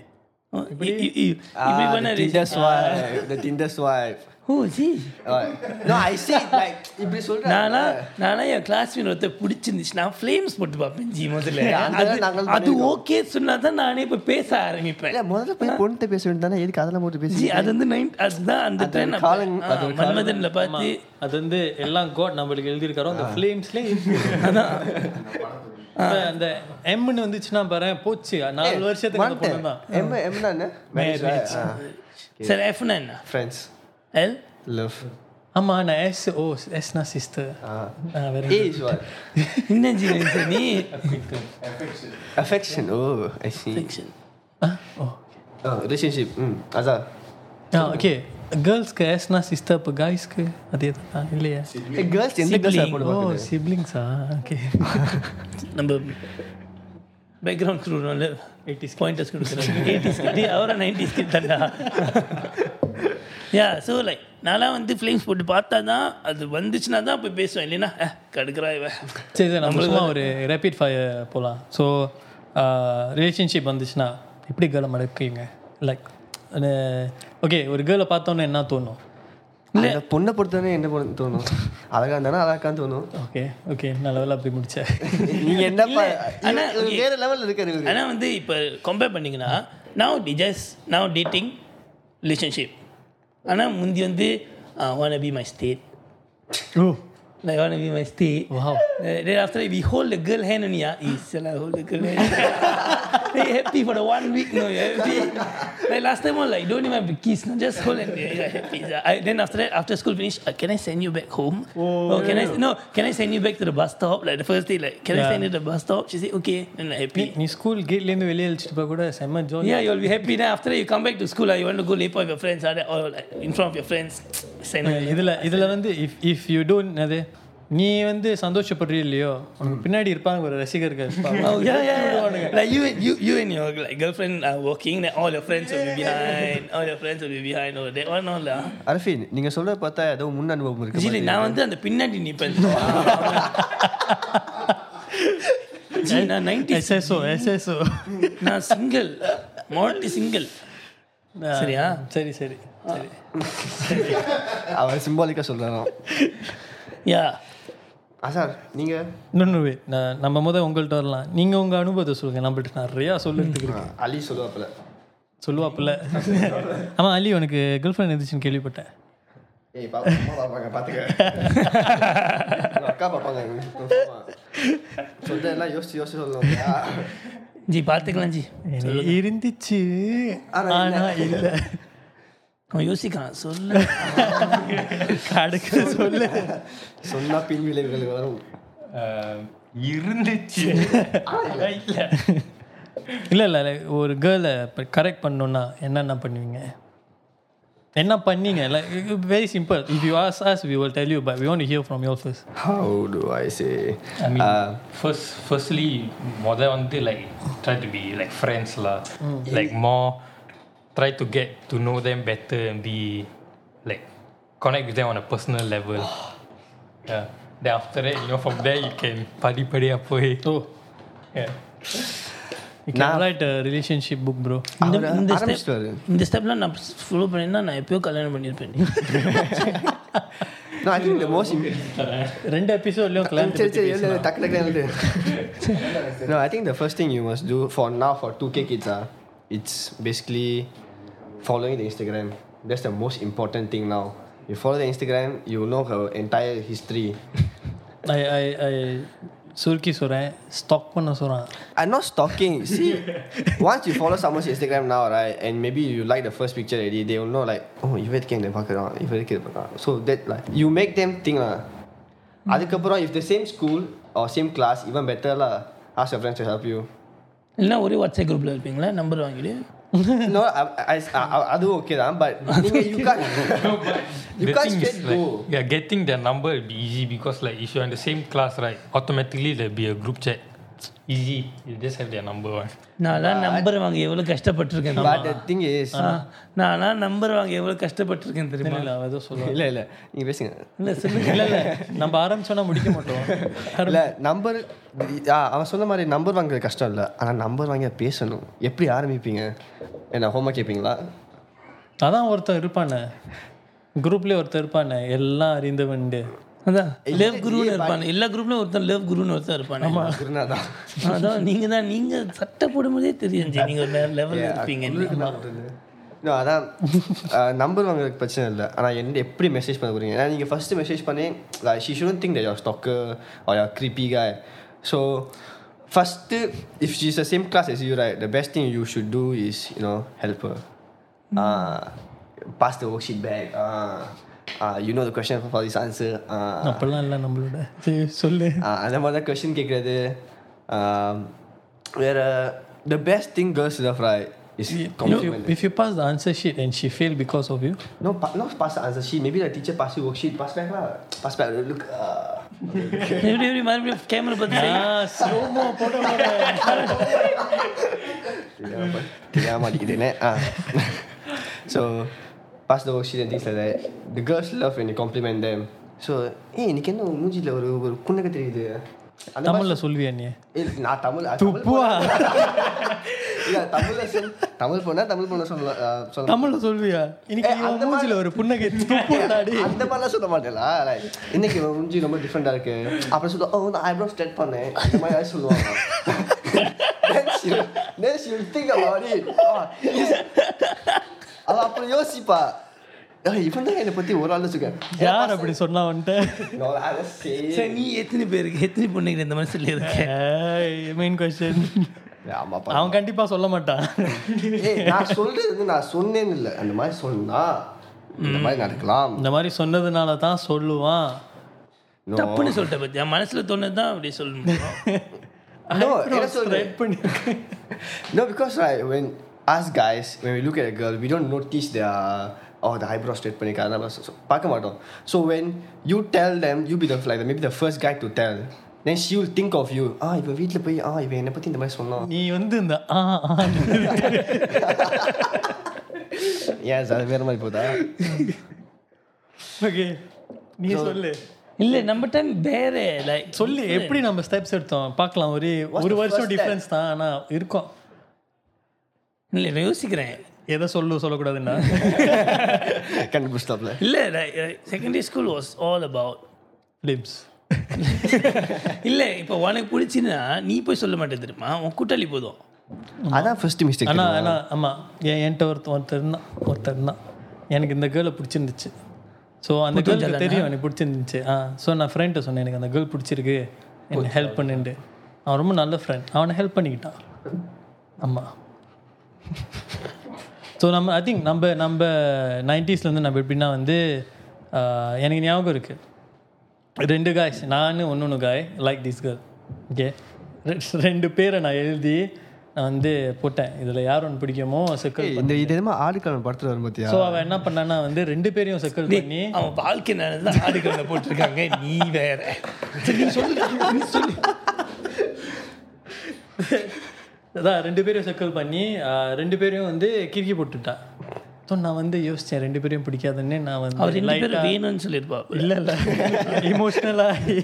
Speaker 3: Uh, you- you- you- if you
Speaker 5: Ah,
Speaker 3: wanna
Speaker 5: the
Speaker 3: raise-
Speaker 5: Tinder swipe. the Tinder swipe.
Speaker 3: Who is he?
Speaker 5: Alright. no, I see it like இப்படி சொல்றேன்
Speaker 3: நானா- நானா என் classmate ஒருத்தர் பிடிச்சிருந்துச்சு. நான் flames போட்டு பார்ப்பேன் ஜி முதல்ல.
Speaker 5: இல்ல, அந்த வேலை
Speaker 3: அது-
Speaker 5: நாங்களும்
Speaker 3: அது
Speaker 5: பண்ணிருக்கோம்.
Speaker 3: okay சொன்னாதான் நானே போய் பேச ஆரம்பிப்பேன்.
Speaker 5: இல்ல முதல்ல போய் பொண்ணுட்ட பேச வேண்டியதானே எதுக்கு அதெல்லாம் போட்டு
Speaker 3: ஜி,
Speaker 5: பேசி
Speaker 3: அது வந்து nine- அதுதான் அந்த
Speaker 5: அது
Speaker 3: trend
Speaker 5: ஒரு
Speaker 3: அப்ப.
Speaker 5: காலம்-
Speaker 3: ஆ,
Speaker 5: அது ஒரு
Speaker 3: மன்மதன்ல பார்த்து,
Speaker 2: அது வந்து எல்லாம் கோட் நம்மளுக்கு எழுதியிருக்காரோ அந்த ஃப்ளேம்ஸ்லேயே அந்த எம்னு வந்துச்சுன்னா பாரு போச்சு நாலு வருஷத்துக்கு அந்த பொண்ணு தான்
Speaker 5: எம் எம்னா என்ன மேரேஜ்
Speaker 3: சரி, F னா என்ன?
Speaker 5: Friends
Speaker 3: L?
Speaker 5: லவ்
Speaker 2: ஆமா நான் எஸ் ஓ எஸ்னா சிஸ்டர்
Speaker 5: Ah.
Speaker 2: வேற
Speaker 5: ஏ இஸ் வாட்
Speaker 3: என்ன ஜி நினைச்ச நீ?
Speaker 5: Affection O I see
Speaker 3: Fiction.
Speaker 5: Ah, relationship ம் அதான்
Speaker 2: ஓகே கேர்ள்ஸ்க்கு எஸ்னா சிஸ்டர் இப்போ காய்ஸ்க்கு அதே தான் இல்லையா
Speaker 5: கேர்ள்ஸ் எந்த கேர்ள்ஸ்
Speaker 2: ஓ
Speaker 5: போடுவாங்க
Speaker 2: சிப்ளிங்ஸா ஓகே
Speaker 3: நம்ம background crew னால pointers கொடுக்குறாங்க. 80s கிட்ட, அவரை 90s கிட்டடா. Yeah, so like, நான்லாம் வந்து flames போட்டு பார்த்தா தான் அது வந்துச்சுன்னா தான் போய் பேசுவேன் இல்லைன்னா "அஹ், கடுக்குறா இவ."
Speaker 2: சரி சரி நம்ம சும்மா ஒரு ரேபிட் ஃபயர் போகலாம் ஸோ ரிலேஷன்ஷிப் வந்துச்சுன்னா எப்படி கேர்ளை மடக்குவீங்க லைக் ஓகே ஒரு கேர்ளை பார்த்தோன்னே என்ன தோணும்
Speaker 5: இல்ல பொண்ணை பொறுத்தவரை என்ன பொண்ணு தோணும் அழகா இருந்தானா அழகா தோணும்
Speaker 2: ஓகே ஓகே நல்ல வேலை அப்படி முடிச்சேன்
Speaker 5: நீங்க என்னப்பா
Speaker 3: ஆனா,
Speaker 5: இவரு- இவரு வேற லெவல்ல இருக்காரு இவரு.
Speaker 3: ஆனா வந்து இப்போ கம்பேர் பண்ணீங்கன்னா நவ் டிஜஸ் நவ் டேட்டிங் ரிலேஷன்ஷிப் ஆனா முந்தி வந்து ஆ, I want to be my state.
Speaker 2: Oh,
Speaker 3: Like, I want to be my state.
Speaker 2: wow.
Speaker 3: Uh, then after that, we hold the girl hand only. Ah, eh, salah, hold the girl hand. then you happy for the one week, no, you happy. like last time, all like don't even have to kiss, no, just hold and you happy. sia. I, then after that, after school finish, uh, can I send you back home? Oh, can I no? Can I send you back to the bus stop? Like the first day, like can I
Speaker 2: Yeah.
Speaker 3: send you to the bus stop? She said okay, and like happy.
Speaker 2: நீ school கேட்லேருந்து வெளியே அழைச்சிட்டு போக கூட செம்ம zone
Speaker 3: Yeah, you'll be happy. Then after that, you come back to school, ah, you want to go lepak with your friends, ah, then all like, in front of your friends. Send her.
Speaker 2: இதுல இதுல வந்து if if you don't அது நீ வந்து சந்தோஷப்படுறியோ இல்லையோ உனக்கு பின்னாடி இருப்பாங்க ஒரு ரசிகர்கள் இருப்பாங்க
Speaker 3: Oh yeah, yeah, yeah. Like you, you, you and your like girlfriend are walking. Then all your friends will be behind. All your friends will be behind. Oh, that one all lah.
Speaker 5: அரஃபின் நீங்க சொல்ற பார்த்தா ஏதோ முன் அனுபவம் இருக்கு
Speaker 3: Actually, நான் வந்து அந்த பின்னாடி நிப்பேன். ஜி, நான் 90s.
Speaker 2: எஸ்எஸ்ஓ எஸ்எஸ்ஓ
Speaker 3: நான் single. Morally single. சரியா?
Speaker 2: சரி சரி சரி
Speaker 5: அவர் சிம்பாலிக்கா சொல்றாராம்
Speaker 3: Yeah.
Speaker 5: அசார் நீங்க
Speaker 2: இன்னொன்று wait. நான் நம்ம முத உங்கள்கிட்ட வரலாம் நீங்க உங்க அனுபவத்தை சொல்லுங்க நம்மள்ட்ட நிறையா சொல்லுறதுக்கு இருக்கு.
Speaker 5: அலி சொல்லுவாப்புல
Speaker 2: சொல்லுவாப்புல ஆமா அலி உனக்கு கேர்ள் ஃப்ரெண்ட் இருந்துச்சுன்னு கேள்விப்பட்டேன்
Speaker 5: ஏய் பாப்பா அம்மா பாப்பாங்க பாத்துக்க உங்க அக்கா பாப்பாங்க சொல்ல எல்லாம் யோசிச்சு யோசிச்சு சொல்லலாம்
Speaker 3: ஜி, பார்த்துக்கலாம் ஜி.
Speaker 2: எனக்கு இருந்துச்சு
Speaker 5: ஆனா இல்ல.
Speaker 2: ஆனா இல்ல
Speaker 3: அவன் யோசிக்கான். சொல்லு.
Speaker 2: கடுக்க சொல்லு
Speaker 5: சொன்னா பின் விளைவுகள் வரும்
Speaker 4: ஆஹ், இருந்துச்சு
Speaker 2: இல்ல இல்ல like ஒரு கேர்ளை கரெக்ட் பண்ணணும்னா என்னென்ன பண்ணுவீங்க என்ன பண்ணீங்க like very simple if you ask us we will tell you but we want hear from your first
Speaker 5: how to I say
Speaker 4: I mean,
Speaker 5: Uh,
Speaker 4: first, firstly, முதல் வந்து like try to be like friends lah. Like more, try to get to know them better and be like connect with them on a personal level. yeah. Then after that, you know, from there you can padi padi apa eh.
Speaker 2: Oh
Speaker 4: Yeah.
Speaker 2: You can write relationship book bro
Speaker 3: இந்த-
Speaker 5: அவர்
Speaker 3: இந்த step-
Speaker 5: ஆரம்பிச்சிட்டாரு.
Speaker 3: இந்த ஸ்டெப்லாம் நான் follow பண்ணியிருந்தா நான் எப்பயோ கல்யாணம் பண்ணியிருப்பேன்
Speaker 5: ஐ திங்க் மோஸ்ட்
Speaker 2: ரெண்டு எபிசோட்லயும் கிளான்
Speaker 5: சரி சரி இல்லை டக்கு டக்கு எழுது no I think the first thing you must do for நா for two K kids ah it's basically following the Instagram that's the most important thing now you follow the Instagram you know our entire history
Speaker 2: I I I சுருக்கி சொல்கிறேன் stock பண்ண சொல்கிறேன்
Speaker 5: I'm not stalking. See, once you follow someone's Instagram now, right, and maybe you like the first picture already, they will know like, oh, இவ இருக்கே இந்த பார்க்குறான் இவ இருக்கே இதை பார்க்குறான் so that like you make them think lah. அதுக்கப்புறம் if the same school or same class, even better lah. Ask your friends to help you.
Speaker 3: இல்லைன்னா ஒரே வாட்ஸ்அப் குரூப்பில் இருப்பீங்களா நம்பர் வாங்கிடு
Speaker 5: no, I, I, I, அதுவும் okay தான் but நீங்கள் you can't you
Speaker 4: The
Speaker 5: can't
Speaker 4: thing
Speaker 5: straight
Speaker 4: is,
Speaker 5: go
Speaker 4: like, yeah, getting their number will be easy because like if you're in the same class, right, automatically there'll be a group chat. Easy. You just have their number one.
Speaker 3: நான்லாம் number வாங்க எவ்வளோ கஷ்டப்பட்டிருக்கேன் தெரியுமா?
Speaker 5: But the thing is
Speaker 4: Ah.
Speaker 3: ஆ, நான்லாம் number வாங்க எவ்வளோ கஷ்டப்பட்டிருக்கேன் தெரியுமா
Speaker 2: இல்லை ஏதோ சொல்லுவேன்
Speaker 5: இல்ல இல்ல நீங்க பேசுங்க
Speaker 3: இல்லை சொல்லுங்க
Speaker 2: இல்லை இல்லை நம்ம ஆரம்பிச்சோன்னா முடிக்க மாட்டோம்
Speaker 5: இல்ல நம்பர் அவன் சொன்ன மாதிரி நம்பர் வாங்குறது கஷ்டம் இல்ல ஆனா நம்பர் வாங்கி பேசணும் எப்படி ஆரம்பிப்பீங்க என்ன ஹோம்ஒர்க் கேட்பீங்களா
Speaker 2: அதான் ஒருத்தன் இருப்பானே குரூப்லேயே ஒருத்தன் இருப்பானே எல்லாம் அறிந்தவன்டு
Speaker 3: அதான் லவ் குருன்னு இருப்பானு எல்லா குரூப்லையும் ஒருத்தன் லவ் குருன்னு ஒருத்தன் இருப்பானு
Speaker 5: குருநாதான்
Speaker 3: அதான் நீங்கள் தான் நீங்கள் சட்டை போடும்போதே தெரியும் ஜி நீங்கள் ஒரு லெவலில் இருப்பீங்க
Speaker 5: No, அதான் uh, நம்பர் வாங்குறதுக்கு பிரச்சனை இல்லை ஆனால் என்ன எப்படி மெசேஜ் பண்ண போறீங்க ஏன்னா நீங்கள் ஃபஸ்ட்டு மெசேஜ் பண்ணி like she shouldn't think that you're stalker or you're creepy guy so first if she's the same class as you right the best thing you should do is you know help her uh, pass the worksheet back uh, uh, you know the question for this answer uh,
Speaker 2: அப்படிலாம் இல்லை நம்மளோட சரி சொல்லு
Speaker 5: ஆஹ் அந்த மாதிரி தான் question கேட்குறது Um, வேற the best thing girls love Roy is
Speaker 2: if you pass the answer sheet and she fail because of you
Speaker 5: No, pa- not pass the answer sheet. Maybe the teacher pass you worksheet. Pass back lah. Pass back. Look. Uh,
Speaker 3: எப்படி எப்படி மறுபடியும் camera பார்த்து செய்யுங்க.
Speaker 5: தெரியாம அடிக்குதுன்னு. Ah. so, pass the worksheet and things like that. The girls love when you compliment them. So, eh, ஏய் இன்னைக்கு என்ன உன் மூஞ்சில ஒரு ஒரு புன்னகை தெரியுது அந்த மாதிரி
Speaker 2: தமிழ்ல சொல்வியா நீ
Speaker 5: ஏய், நான் தமிழ் அது தமிழ்
Speaker 2: துப்புவா.
Speaker 5: இல்ல தமிழ்ல சொல் தமிழ் பொண்ணா தமிழ் பொண்ணு சொல்ல அஹ், சொல்ல
Speaker 2: தமிழ்ல சொல்வியா இன்னைக்கு
Speaker 5: ஏய்,
Speaker 2: உன்
Speaker 5: அந்த
Speaker 2: மூஞ்சில ஒரு புன்னகை துப்புடாடி
Speaker 5: அந்த மாதிரிலாம் சொல்ல மாட்டேன்ல like, இன்னைக்கு உன் மூஞ்சி ரொம்ப டிஃப்ரெண்டா இருக்கு அப்புறம் சொல்லுவோம் ஓ நான் ஐப்ரோ ஸ்ட்ரெட் பண்ணேன் இந்த மாதிரி யாரும் சொல்லுவாங்க Then she'll- Oh, then she'll think about it. Ah, is- அவ அப்புறம் யோசிப்பா இவன் தான் என்னை பத்தி ஒரு ஆள் சொல்லுங்க
Speaker 2: யார் அப்படி சொன்னா வந்துட்டு
Speaker 3: சரி நீ எத்தனை பேருக்கு எத்தனை பொண்ணுங்க இந்த மாதிரி சொல்லியிருக்க
Speaker 2: மெயின் கொஸ்டின்
Speaker 5: ஆமாப்பா
Speaker 2: அவன் கண்டிப்பா சொல்ல மாட்டான்
Speaker 5: ஏய், நான் சொல்றது வந்து நான் சொன்னேன்னு இல்லை அந்த மாதிரி சொன்னா இந்த மாதிரி நடக்கலாம்
Speaker 2: இந்த மாதிரி சொன்னதுனால தான் சொல்லுவான்
Speaker 5: No.
Speaker 3: தப்புன்னு சொல்லிட்டேன் பத்தியா மனசுல தோணுது தான் அப்படி சொல்லணும்
Speaker 5: No, என்ன சொல்றேன்
Speaker 2: ரைட் பண்ணிருக்கேன்
Speaker 5: No, because like when us guys, when we look at a girl, we don't notice their oh the eyebrow straight பண்ணிருக்காங்க பார்க்க மாட்டோம் So when you tell them, you be the like maybe the first guy to tell. Then she will think of you. Ah, இவன் வீட்டில் போய் ah இவன் என்னை பத்தி இந்த மாதிரி சொன்னான்
Speaker 2: நீ வந்து இந்த ஆ ஆ
Speaker 5: ஏன் அது வேற மாதிரி போதா
Speaker 2: ஓகே நீ சொல்லு
Speaker 3: இல்ல நம்ம டைம் வேற லைக்
Speaker 2: சொல்லு எப்படி நம்ம ஸ்டெப்ஸ் எடுத்தோம் பார்க்கலாம் ஒரே ஒரு
Speaker 5: the
Speaker 2: வருஷம்
Speaker 5: first
Speaker 2: டிஃபரன்ஸ் தான் ஆனா இருக்கும்
Speaker 3: இல்ல நான் யோசிக்கிறேன்
Speaker 2: எதை சொல்லு சொல்லக்கூடாதுன்னா
Speaker 5: கண்டுபிடிச்சாப்ல
Speaker 3: இல்ல secondary school was all about
Speaker 2: lips
Speaker 3: இல்ல இப்போ உனக்கு பிடிச்சுன்னா நீ போய் சொல்ல மாட்டே தெரியுமா உன் கூட்டாளி போதும்
Speaker 5: அதான் ஃபர்ஸ்ட் மிஸ்டேக்
Speaker 2: ஆனா ஆனா ஆமா என் என்கிட்ட ஒருத்தன் ஒருத்தர் இருந்தான் ஒருத்தர் தான் எனக்கு இந்த கேர்ளை பிடிச்சிருந்துச்சு ஸோ அந்த கேர்ளுக்கு தெரியும் எனக்கு பிடிச்சிருந்துச்சு ஆ ஸோ நான் ஃப்ரெண்ட்டை சொன்னேன் எனக்கு அந்த கேர்ள் பிடிச்சிருக்கு எனக்கு ஹெல்ப் பண்ணுண்டு அவன் ரொம்ப நல்ல ஃப்ரெண்ட் அவனை ஹெல்ப் பண்ணிக்கிட்டான் ஆமா ஸோ நம்ம ஐ திங்க் நம்ம நம்ம 90s ல இருந்து நம்ம எப்படின்னா வந்து ஆ, எனக்கு ஞாபகம் இருக்குது ரெண்டு காய்ஸ் நான் ஒன்று guy like this girl okay ரெண்டு பேரை நான் எழுதி நான் வந்து போட்டேன் இதில் யார் ஒன்று பிடிக்குமோ சர்க்கிள்
Speaker 5: இந்த இது எதுமா ஆடுக்கான படத்துல வரும் பார்த்தியா
Speaker 2: ஸோ அவன் என்ன பண்ணான்னா வந்து ரெண்டு பேரையும் சர்க்கிள் பண்ணி
Speaker 3: அவன் வாழ்க்கை நடந்தா ஆடுகளை போட்டிருக்காங்க நீ வேற சரி, நீ சொல்லு நீ சொல்லு
Speaker 2: அதான் ரெண்டு பேரையும் சர்க்கிள் பண்ணி ஆ, ரெண்டு பேரையும் வந்து கிறுக்கி போட்டுட்டான் ஸோ நான் வந்து யோசித்தேன் ரெண்டு பேரையும் பிடிக்காதுன்னு நான்
Speaker 3: அவர்
Speaker 2: வந்து
Speaker 3: ரெண்டு
Speaker 2: light
Speaker 3: பேரும் வேணும்னு சொல்லியிருப்பா
Speaker 2: இல்லை இல்லை இமோஷ்னல் ஆகி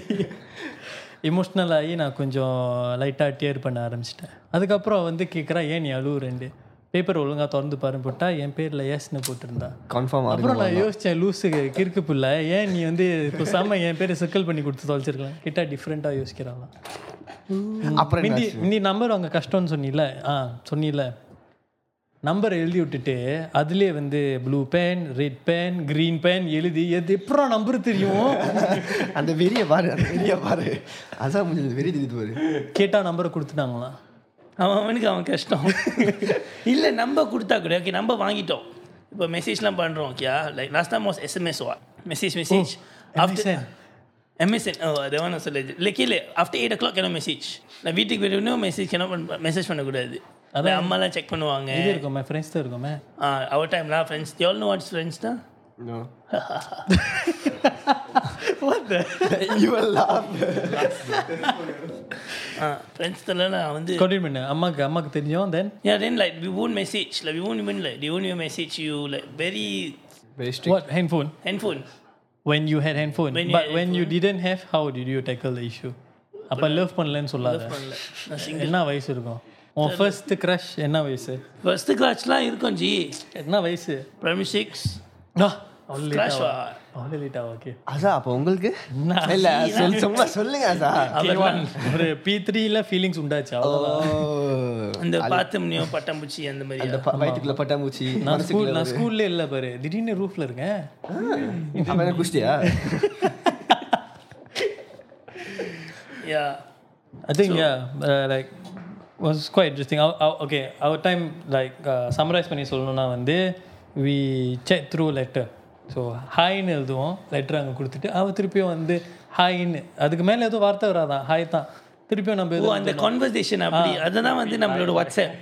Speaker 2: இமோஷ்னல் ஆகி நான் கொஞ்சம் லைட்டாக டியர் பண்ண ஆரம்பிச்சிட்டேன் அதுக்கப்புறம் அவ வந்து கேட்குறா ஏன் நீ அழுவுறேன்டு பேப்பர் ஒழுங்காக திறந்து பாருன்னு போட்டா என் பேரில் ஏஸ்னு போட்டிருந்தா
Speaker 5: கன்ஃபார்ம்
Speaker 2: அப்புறம் நான் யோசித்தேன் லூஸு கிறுக்கு புள்ள ஏன் நீ வந்து இப்போ செம்ம என் பேரை சிக்கல் பண்ணி கொடுத்து தொலைச்சிருக்கலாம் கிட்டா டிஃப்ரெண்ட்டாக யோசிக்கிறாங்களா
Speaker 5: அப்புறம்
Speaker 2: மிந்தி மிந்தி நம்பர் அவங்க கஷ்டம்னு சொன்னில ஆ சொன்னில நம்பர் எழுதி விட்டுட்டு அதுலயே வந்து blue pen red pen green pen எழுதி எது எப்படா நம்பர் தெரியும்
Speaker 5: அந்த வெறிய பாரு அந்த வெறிய பாரு அதான் முடிஞ்சது வெறி தெரியுது பாரு
Speaker 2: கேட்டா நம்பரை கொடுத்துட்டாங்களாம்
Speaker 3: அவன் அவனுக்கு அவன் கஷ்டம் இல்லை நம்ம கொடுத்தா கூட ஓகே நம்ம வாங்கிட்டோம் இப்போ மெசேஜ்லாம் பண்ணுறோம் okay like last time was SMS வா மெசேஜ் மெசேஜ் ஆஃப்டர் எம்எஸ்என் ஓ அதை வேணா சொல்லுது இல்லை கீழே ஆஃப்டர் எயிட் ஓ கிளாக் என்ன மெசேஜ் நான் வீட்டுக்கு போயிட்டு மெசேஜ் என்ன மெசேஜ் பண்ணக்கூடாது அதான் அம்மாலாம் செக் பண்ணுவாங்க
Speaker 2: இது இருக்குமே ஃப்ரெண்ட்ஸ் தான் இருக்குமே
Speaker 3: அவர் டைம்லாம் ஃப்ரெண்ட்ஸ் எவ்வளோ வாட்ஸ் ஃப்ரெண்ட்ஸ் தான்
Speaker 5: No. what the? you will laugh.
Speaker 3: Friends தான் நான் வந்து
Speaker 2: கண்டினியூ பண்ணு அம்மாக்கு அம்மாக்கு தெரியும் then
Speaker 3: Yeah, then like we won't message, like we won't even like they won't even message you like very
Speaker 5: Very strict.
Speaker 2: What handphone
Speaker 3: handphone.
Speaker 2: when you had handphone
Speaker 3: When you
Speaker 2: but
Speaker 3: had
Speaker 2: when you didn't have how did you tackle the issue அப்போ love பண்ணலன்னு சொல்லாத
Speaker 3: நான் single.
Speaker 2: என்ன வயசு இருக்கும் உன் first crush என்ன வயசு
Speaker 3: First கிளாஸ்லாம் இருக்கும் ஜி
Speaker 2: என்ன வயசு
Speaker 3: பிரைமரி சிக்ஸ்
Speaker 2: அவ்வளோ
Speaker 3: கிளாஸ்
Speaker 2: லேட்டாக அவ்வளோ லேட்டாக ஓகே
Speaker 5: அதான் அப்போ உங்களுக்கு இல்ல சொல் சும்மா சொல்லுங்க அதா
Speaker 2: ஒரு பி த்ரீல ஃபீலிங்ஸ் உண்டாச்சு
Speaker 3: Oh,
Speaker 2: அவ்வளவுதான்.
Speaker 5: Oh.
Speaker 3: அந்த பார்த்து முடியும் பட்டாம்பூச்சி அந்த மாதிரி
Speaker 5: அந்த ப- வயித்துக்குள்ள பட்டாம்பூச்சி
Speaker 2: நான்
Speaker 5: மனசுக்குள்ள
Speaker 2: ஸ்கூல் நான்
Speaker 5: ஒரு-
Speaker 2: ஸ்கூல்ல இல்ல பாரு திடீர்னு ரூஃப்ல இருக்கேன்
Speaker 5: அப்ப என்ன குஷ்டியா
Speaker 3: yeah
Speaker 2: I think like was quite interesting okay our time like summarise uh, பண்ணி சொல்லணும்னா வந்து we check through letter so ஹாய்ன்னு எழுதுவோம் லெட்டர் அங்கே கொடுத்துட்டு அவ திருப்பியும் வந்து ஹாய்ன்னு அதுக்கு மேலே எதுவும் வார்த்தை வராதான் ஹாய் தான் திருப்பியும் நம்ம
Speaker 3: ஓ
Speaker 2: எதுவும்
Speaker 3: அந்த கான்வர்சேஷன் அப்படி அதுதான் வந்து நம்மளோட வாட்ஸ்அப்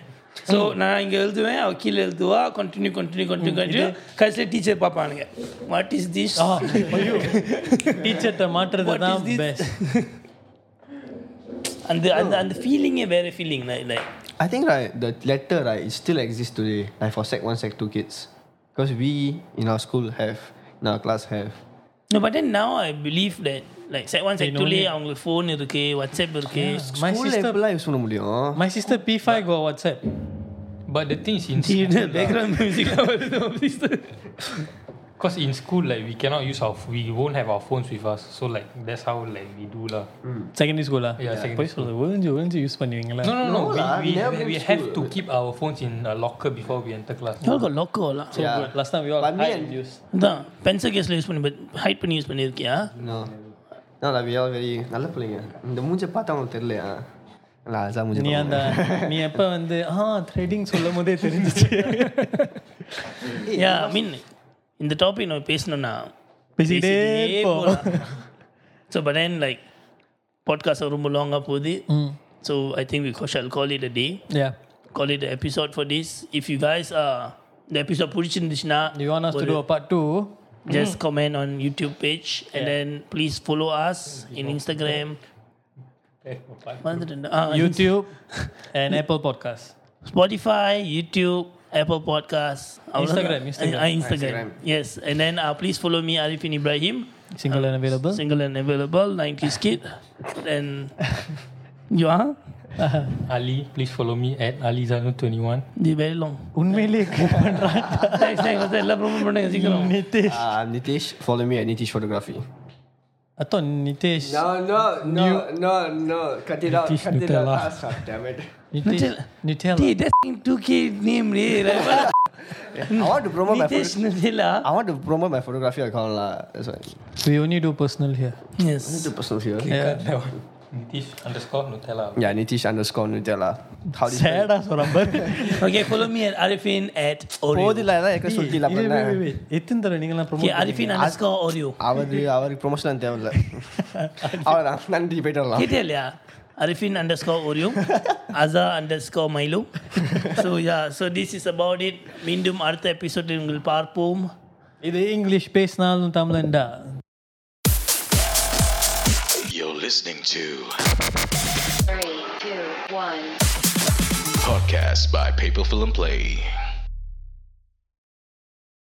Speaker 3: ஸோ நான் இங்கே எழுதுவேன் அவ கீழே எழுதுவா கண்டினியூ கண்டினியூ கண்டினியூ கண்டினியூ கடைசியில் டீச்சர் பார்ப்பானுங்க வாட் இஸ் திஸ்
Speaker 2: Ah, டீச்சர்கிட்ட மாட்டுறது
Speaker 3: Oh, What is
Speaker 2: தான்
Speaker 3: this?
Speaker 2: பெஸ்ட்
Speaker 3: அந்த அந்த அந்த ஃபீலிங்கே வேற ஃபீலிங் இல்லை
Speaker 5: I think right the letter right it still exists today like for sec one sec two kids because we in our school have in our class have
Speaker 3: No, but then now I believe that like set one set two அவங்களுக்கு phone இருக்கு WhatsApp இருக்கு
Speaker 2: my
Speaker 5: school
Speaker 2: sister
Speaker 5: எப்படிலாம் use பண்ண முடியும்
Speaker 2: my sister B five go WhatsApp
Speaker 4: But the thing is, in
Speaker 3: background music
Speaker 4: Cause in school like we cannot use our ph- we won't have our phones with us, so like that's how like we do lah.
Speaker 2: Secondary ஸ்கூலா
Speaker 4: Yeah, secondary
Speaker 2: போய் சொல்லுது ஒழிஞ்சு ஒழிஞ்சு use பண்ணுவீங்களா
Speaker 4: No, no, no.
Speaker 5: No lah,
Speaker 4: we we,
Speaker 5: we never
Speaker 4: we,
Speaker 5: bring
Speaker 4: have to
Speaker 5: school.
Speaker 4: keep our phones in a locker before we enter class.
Speaker 3: You all got locker or lah?
Speaker 5: Yeah.
Speaker 2: Last time we all
Speaker 5: But me
Speaker 2: hi
Speaker 5: and-
Speaker 2: use
Speaker 3: அதான் pencil கேஸ்ல use பண்ணி but hide பண்ணி use பண்ணியிருக்கியா
Speaker 5: No. No, like, we all very நல்ல பிள்ளைங்க இந்த மூஞ்ச பார்த்தா அவங்களுக்கு தெரியலையா நல்லா அழகா மூஞ்சி
Speaker 2: நீ அந்த நீ எப்ப வந்து ஆ த்ரெடிங் சொல்லும் போதே தெரிஞ்சிச்சு
Speaker 3: யா ஐ மீன் இந்த டாபிக் நம்ம பேசணும்னா
Speaker 2: பேசிக்கிட்டே இருப்போம்.
Speaker 3: So but then like podcast ரொம்ப லாங்காக போகுது so I think we shall call it a day
Speaker 2: yeah
Speaker 3: call it episode for this if you guys இந்த எபிசோட் பிடிச்சிருந்துச்சுன்னா
Speaker 2: you want us to to part 2
Speaker 3: just comment on YouTube page and then please follow us in Instagram. மறந்துட்டேன்டா. Ah,
Speaker 2: YouTube and Apple Podcast.
Speaker 3: Spotify, YouTube, Apple Podcasts,
Speaker 2: Instagram,
Speaker 3: அவ்வளவுதான்.
Speaker 2: Instagram.
Speaker 3: Ah, Instagram. Yes, and then uh, please follow me, Arifin Ibrahim,
Speaker 2: Single and available.
Speaker 3: single and available, 90s kid, and you are
Speaker 4: Ali, please follow me at Ali Zanu twenty one.
Speaker 3: the very long.
Speaker 2: உண்மையிலே
Speaker 3: Thanks, thanks. மத்த எல்லாம் promote பண்ணுங்க சீக்கிரம்.
Speaker 2: Nitesh
Speaker 5: Ah, Nitish follow me at Nitish photography
Speaker 2: அத்தோ Nitesh
Speaker 5: No, no, no, no, no. Cut it out. Cut it out.
Speaker 4: Nutella.
Speaker 5: Ah, God damn it.
Speaker 2: Nitesh Nitesh
Speaker 3: Hey, that's 2K name, re, right?
Speaker 5: I want to promote my
Speaker 3: Nitesh
Speaker 5: photo-
Speaker 3: Nutella.
Speaker 5: I want to promote my photography account lah. That's why.
Speaker 2: we only do personal here.
Speaker 3: Yes.
Speaker 5: Two persons here.
Speaker 4: That one. Nitish underscore Nutella.
Speaker 5: Yeah, Nitish underscore Nutella. How do you spell it?
Speaker 2: சேடா சொல்ற மாதிரி
Speaker 3: Okay, follow me at Arifin at Oreo.
Speaker 5: போதில தான் எனக்கு சொல்லிடலாம் பண்ண
Speaker 2: எத்தனை தடவை நீங்க எல்லாம்
Speaker 3: Okay,
Speaker 2: promote
Speaker 3: Arifin underscore Oreo.
Speaker 5: அவரு அவருக்கு ப்ரொமோஷன் தேவையில்ல அவ்வளோதான் நன்றி போயிட்டு வரலாம்
Speaker 3: கேட்டே இல்லையா Arifin underscore Oreo. Aza underscore Milo. So yeah, so this is about it. மீண்டும் அடுத்த எபிசோட் உங்கள் பார்ப்போம்
Speaker 2: இது இங்கிலீஷ் பேசினாலும் தமிழ்ண்டா
Speaker 1: You're listening to
Speaker 6: Three, two, one.
Speaker 1: podcast by Paper Film Play.